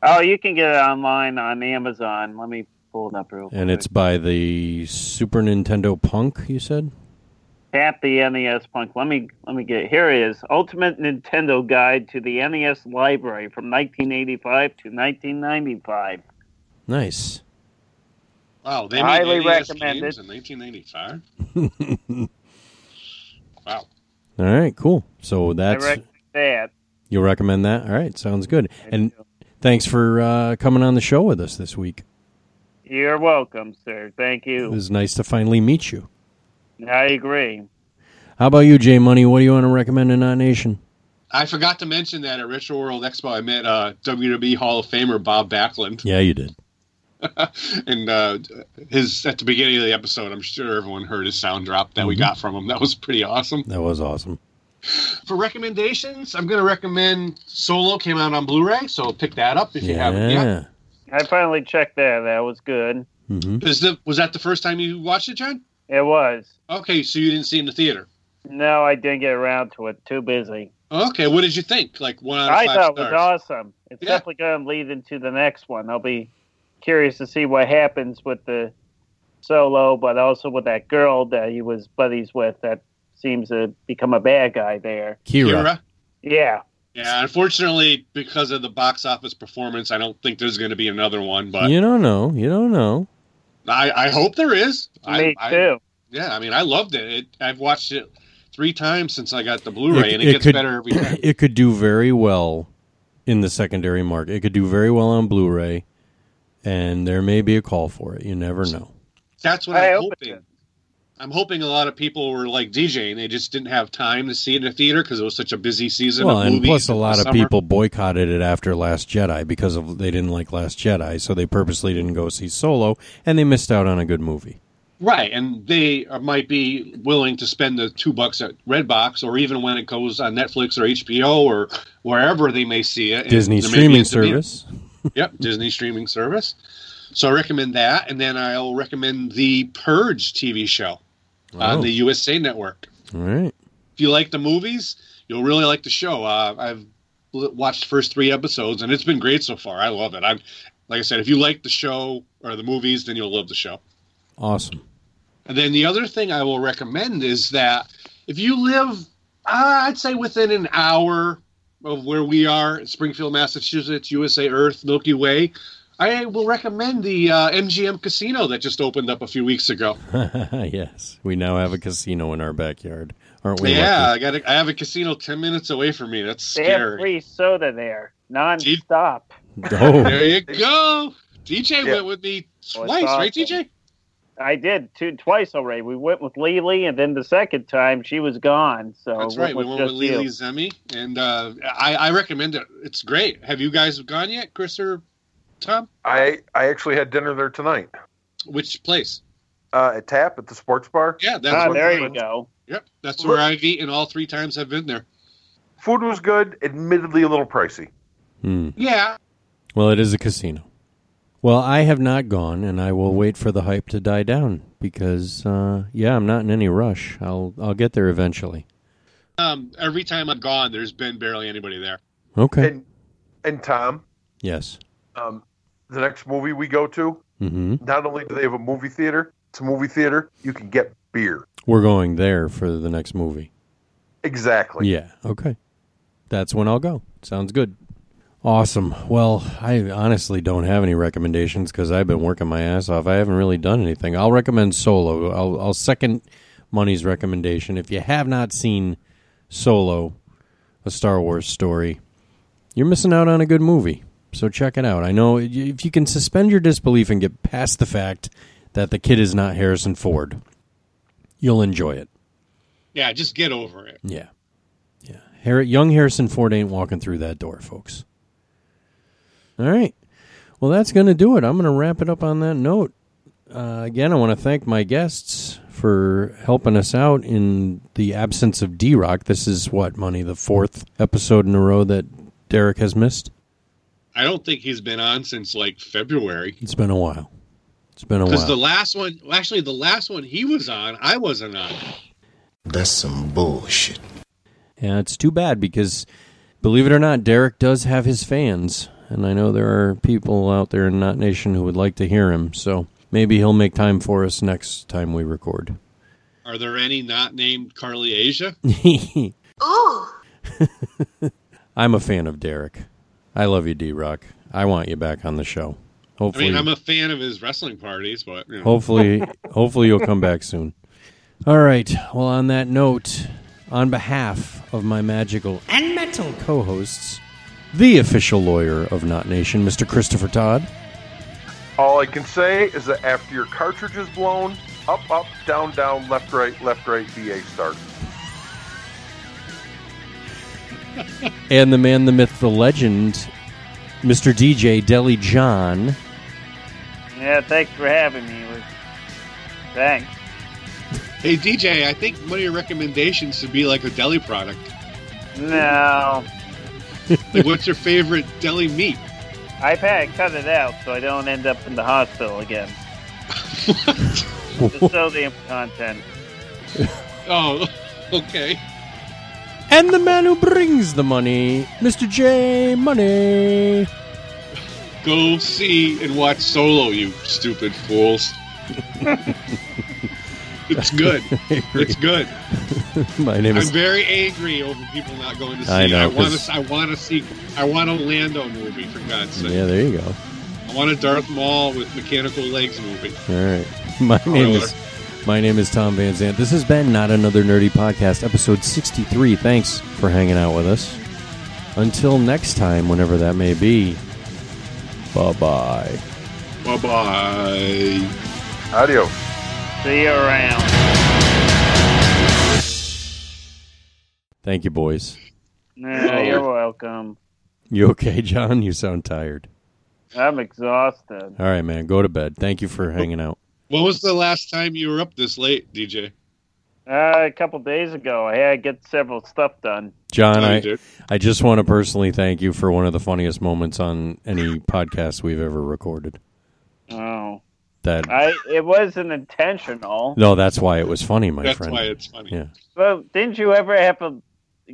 [SPEAKER 2] Oh, you can get it online on Amazon. Let me pull it up real quick.
[SPEAKER 4] And it's
[SPEAKER 5] Uh,
[SPEAKER 4] by the Super Nintendo Punk, you said?
[SPEAKER 2] Tap the NES Punk. Let me let me get it. here. It is Ultimate Nintendo Guide to the NES Library from 1985 to 1995.
[SPEAKER 4] Nice.
[SPEAKER 8] Wow, they made
[SPEAKER 2] Highly
[SPEAKER 8] NES
[SPEAKER 2] recommended.
[SPEAKER 8] games in 1995. Wow,
[SPEAKER 4] All right, cool. So that's
[SPEAKER 2] I recommend that.
[SPEAKER 4] you'll recommend that. All right, sounds good. And thanks for uh, coming on the show with us this week.
[SPEAKER 2] You're welcome, sir. Thank
[SPEAKER 4] It
[SPEAKER 2] you.
[SPEAKER 4] was nice to finally meet you.
[SPEAKER 2] I agree.
[SPEAKER 4] How about you, Jay Money? What do you want to recommend in Not Nation?
[SPEAKER 8] I forgot to mention that at Retro World Expo, I met uh, WWE Hall of Famer Bob Backlund,
[SPEAKER 4] Yeah, you did.
[SPEAKER 8] and uh, his at the beginning of the episode, I'm sure everyone heard his sound drop that we
[SPEAKER 4] Mhm.
[SPEAKER 8] got from him. That was pretty awesome.
[SPEAKER 4] That was awesome.
[SPEAKER 8] For recommendations, I'm going to recommend Solo came out on Blu-ray, so pick that up if you haven't yet.
[SPEAKER 4] Yeah.
[SPEAKER 2] I finally checked that. That was good.
[SPEAKER 4] Mm-hmm.
[SPEAKER 8] Is the, was that the first time you watched it, John?
[SPEAKER 2] It was.
[SPEAKER 8] Okay, so you didn't see it in the theater.
[SPEAKER 2] No, I didn't get around to it. Too busy.
[SPEAKER 8] Okay, what did you think? Like one out of
[SPEAKER 2] I
[SPEAKER 8] five
[SPEAKER 2] thought it was
[SPEAKER 8] stars.
[SPEAKER 2] awesome. It's
[SPEAKER 8] Yeah.
[SPEAKER 2] definitely going to lead into the next one. I'll be curious to see what happens with the solo, but also with that girl that he was buddies with that seems to become a bad guy there.
[SPEAKER 8] Kira.
[SPEAKER 2] Yeah.
[SPEAKER 8] Yeah, unfortunately, because of the box office performance, I don't think there's going to be another one. But
[SPEAKER 4] You don't know. You don't know.
[SPEAKER 8] I, I hope there is.
[SPEAKER 2] Me
[SPEAKER 8] I,
[SPEAKER 2] too.
[SPEAKER 8] yeah, I mean, I loved it. it. I've watched it three times since I got the Blu-ray, and it, gets better every time.
[SPEAKER 4] It could do very well in the secondary market. It could do very well on Blu-ray, and there may be a call for it. You never know.
[SPEAKER 8] That's what I am hoping. I'm hoping a lot of people were like DJing. They just didn't have time to see it in the theater because it was such a busy season.
[SPEAKER 4] Well,
[SPEAKER 8] of
[SPEAKER 4] and
[SPEAKER 8] movies
[SPEAKER 4] plus a
[SPEAKER 8] in the
[SPEAKER 4] lot of
[SPEAKER 8] summer.
[SPEAKER 4] people boycotted it after Last Jedi because of they didn't like Last Jedi, so they purposely didn't go see Solo, and they missed out on a good movie.
[SPEAKER 8] Right, and they uh, might be willing to spend the two bucks at Redbox, or even when it goes on Netflix or HBO or wherever they may see it. and
[SPEAKER 4] Disney
[SPEAKER 8] there may be
[SPEAKER 4] streaming
[SPEAKER 8] a demand.
[SPEAKER 4] service.
[SPEAKER 8] yep, Disney streaming service. So I recommend that, and then I'll recommend the Purge TV show
[SPEAKER 4] Oh.
[SPEAKER 8] on the USA Network.
[SPEAKER 4] All right.
[SPEAKER 8] If you like the movies, you'll really like the show. Uh, I've l- watched the first three episodes, and it's been great so far. I love it. I'm like I said, if you like the show or the movies, then you'll love the show.
[SPEAKER 4] Awesome.
[SPEAKER 8] And then the other thing I will recommend is that if you live, uh, I'd say within an hour of where we are, Springfield, Massachusetts, USA Earth, Milky Way, I will recommend the uh, MGM Casino that just opened up a few weeks ago.
[SPEAKER 4] yes. We now have a casino in our backyard. Aren't we?
[SPEAKER 8] yeah,
[SPEAKER 4] lucky?
[SPEAKER 8] I got. I have a casino ten minutes away from me. That's
[SPEAKER 2] They have
[SPEAKER 8] scary.
[SPEAKER 2] free soda there, non-stop.
[SPEAKER 4] Oh.
[SPEAKER 8] There you go. DJ
[SPEAKER 2] Yeah. Oh,
[SPEAKER 8] went with me
[SPEAKER 2] Well,
[SPEAKER 8] twice,
[SPEAKER 2] it's
[SPEAKER 8] right,
[SPEAKER 2] awesome.
[SPEAKER 8] DJ?
[SPEAKER 2] I did two twice already. We went with Lily, and then the second time she was gone. So
[SPEAKER 8] That's
[SPEAKER 2] it
[SPEAKER 8] right. We
[SPEAKER 2] was
[SPEAKER 8] went with
[SPEAKER 2] just you.
[SPEAKER 8] Lily Zemi, and uh, I, I recommend it. It's great. Have you guys gone yet, Chris or Tom?
[SPEAKER 5] I I actually had dinner there tonight.
[SPEAKER 8] Which place?
[SPEAKER 5] Uh, at Tap at the sports bar.
[SPEAKER 8] Yeah, that's
[SPEAKER 2] Ah,
[SPEAKER 8] where
[SPEAKER 2] there
[SPEAKER 8] I
[SPEAKER 2] you
[SPEAKER 8] went.
[SPEAKER 2] go.
[SPEAKER 8] Yep, that's where I've eaten all three times I've been there.
[SPEAKER 5] Food was good, admittedly a little pricey.
[SPEAKER 4] Hmm.
[SPEAKER 8] Yeah,
[SPEAKER 4] Well, it is a casino. Well, I have not gone, and I will wait for the hype to die down because, uh, yeah, I'm not in any rush. I'll I'll get there eventually.
[SPEAKER 8] um, every time I've gone, there's been barely anybody there.
[SPEAKER 4] Okay.
[SPEAKER 5] And and Tom,
[SPEAKER 4] yes.
[SPEAKER 5] um, the next movie we go to,
[SPEAKER 4] hmm
[SPEAKER 5] not only do they have a movie theater, it's a movie theater. You can get beer.
[SPEAKER 4] We're going there for the next movie.
[SPEAKER 5] Exactly.
[SPEAKER 4] Yeah. Okay. That's when I'll go. Sounds good. Awesome. Well, I honestly don't have any recommendations because I've been working my ass off. I haven't really done anything. I'll recommend Solo. I'll, I'll second Money's recommendation. If you have not seen Solo, a Star Wars story, you're missing out on a good movie. So check it out. I know y- if you can suspend your disbelief and get past the fact that the kid is not Harrison Ford, you'll enjoy it.
[SPEAKER 8] Yeah, just get over it.
[SPEAKER 4] Yeah. Yeah. Har- young Harrison Ford ain't walking through that door, folks. All right. Well, that's going to do it. I'm going to wrap it up on that note. Uh, again, I want to thank my guests for helping us out in the absence of D Rock. This is what, Money, the fourth episode in a row that Derek has missed?
[SPEAKER 8] I don't think he's been on since like February.
[SPEAKER 4] It's been a while. It's been a
[SPEAKER 8] Because
[SPEAKER 4] while.
[SPEAKER 8] the last one, well, actually, the last one he was on, I wasn't on.
[SPEAKER 4] That's some bullshit. Yeah, it's too bad because, believe it or not, Derek does have his fans, and I know there are people out there in Not Nation who would like to hear him, so maybe he'll make time for us next time we record.
[SPEAKER 8] Are there any not named Carly Asia?
[SPEAKER 4] I'm a fan of Derek. I love you, D Rock. I want you back on the show.
[SPEAKER 8] I
[SPEAKER 4] Hopefully,
[SPEAKER 8] mean, I'm a fan of his wrestling parties, but you know.
[SPEAKER 4] hopefully, hopefully you'll come back soon. All right. Well, on that note, on behalf of my magical and metal co-hosts, the official lawyer of Not Nation, Mr. Christopher Todd.
[SPEAKER 5] All I can say is that after your cartridge is blown, up, up, down, down, left, right, left, right, VA start.
[SPEAKER 4] and the man, the myth, the legend, Mr. DJ Deli John.
[SPEAKER 2] Yeah, thanks for having me. It was- Thanks.
[SPEAKER 8] Hey DJ, I think one of your recommendations should be like a deli product.
[SPEAKER 2] No,
[SPEAKER 8] Like, what's your favorite deli meat?
[SPEAKER 2] I've had to cut it out so I don't end up in the hospital again. Just so the content.
[SPEAKER 8] Oh, okay.
[SPEAKER 4] And the man who brings the money, Mr. J Money.
[SPEAKER 8] Go see and watch Solo, you stupid fools. it's good. It's good.
[SPEAKER 4] My name
[SPEAKER 8] I'm
[SPEAKER 4] is
[SPEAKER 8] very angry over people not going to see.
[SPEAKER 4] I
[SPEAKER 8] it.
[SPEAKER 4] know,
[SPEAKER 8] I want
[SPEAKER 4] 'cause-
[SPEAKER 8] to. I want to see. I want a Lando movie for God's sake.
[SPEAKER 4] Yeah, there you go.
[SPEAKER 8] I want a Darth Maul with mechanical legs movie.
[SPEAKER 4] All right. My
[SPEAKER 2] Oh,
[SPEAKER 4] name is My name is Tom Van Zant. This has been Not Another Nerdy Podcast, episode 63. Thanks for hanging out with us. Until next time, whenever that may be. Bye-bye.
[SPEAKER 8] Bye bye.
[SPEAKER 5] Adios.
[SPEAKER 2] See you around.
[SPEAKER 4] Thank you, boys.
[SPEAKER 2] Yeah, you're welcome.
[SPEAKER 4] You okay, John? You sound tired.
[SPEAKER 2] I'm exhausted.
[SPEAKER 4] All right, man. Go to bed. Thank you
[SPEAKER 2] Oh.
[SPEAKER 4] for hanging out.
[SPEAKER 8] When was the last time you were up this late, DJ?
[SPEAKER 2] Uh, a couple days ago, I had to get several stuff done.
[SPEAKER 4] John,
[SPEAKER 2] Oh, you
[SPEAKER 4] I,
[SPEAKER 2] did?
[SPEAKER 4] I just want to personally thank you for one of the funniest moments on any podcast we've ever recorded.
[SPEAKER 2] Oh,
[SPEAKER 4] That
[SPEAKER 2] I it wasn't intentional.
[SPEAKER 4] No, that's why it was funny, my
[SPEAKER 2] That's
[SPEAKER 4] friend.
[SPEAKER 2] why it's funny.
[SPEAKER 4] Yeah.
[SPEAKER 2] But didn't you ever have to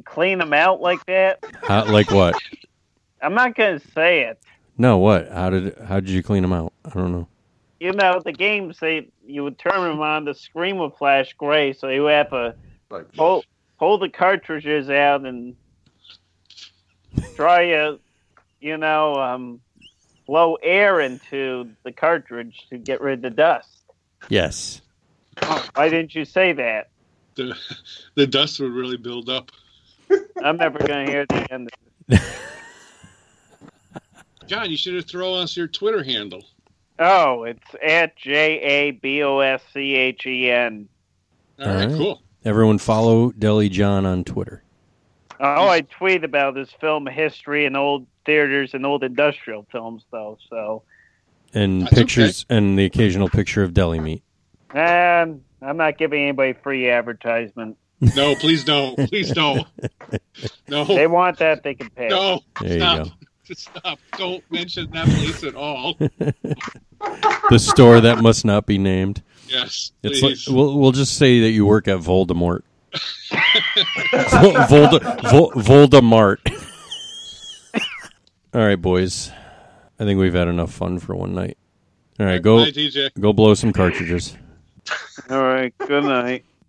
[SPEAKER 2] clean them out like that?
[SPEAKER 4] How, like what?
[SPEAKER 2] I'm not gonna say it.
[SPEAKER 4] No, what? How did how did you clean them out? I don't know.
[SPEAKER 2] You know, the games they you would turn them on. The screen would flash gray, so you have to pull pull the cartridges out and try to, you know, um, blow air into the cartridge to get rid of the dust.
[SPEAKER 4] Yes.
[SPEAKER 2] Why didn't you say that?
[SPEAKER 8] The, the dust would really build up.
[SPEAKER 2] I'm never gonna hear the end. of
[SPEAKER 8] John, you should have thrown us your Twitter handle.
[SPEAKER 2] it. Oh, it's at J A B O S C H E N.
[SPEAKER 8] All right, cool.
[SPEAKER 4] Everyone follow Deli John on Twitter.
[SPEAKER 2] Oh, I tweet about his film history and old theaters and old industrial films, though. So,
[SPEAKER 4] And pictures and the occasional picture of deli meat.
[SPEAKER 2] and I'm not giving anybody free advertisement.
[SPEAKER 8] No, please don't. Please don't. No.
[SPEAKER 2] They want that, they can pay.
[SPEAKER 8] No.
[SPEAKER 4] There you
[SPEAKER 8] stop.
[SPEAKER 4] go.
[SPEAKER 8] Just stop. Don't mention that place at all.
[SPEAKER 4] the store that must not be named.
[SPEAKER 8] Yes,
[SPEAKER 4] It's
[SPEAKER 8] please.
[SPEAKER 4] like, we'll we'll just say that you work at Voldemort. Vol- Volde- Vol- Voldemort. All right, boys. I think we've had enough fun for one night. All right, go
[SPEAKER 2] Bye, DJ.
[SPEAKER 4] go blow some cartridges.
[SPEAKER 2] All right. Good night.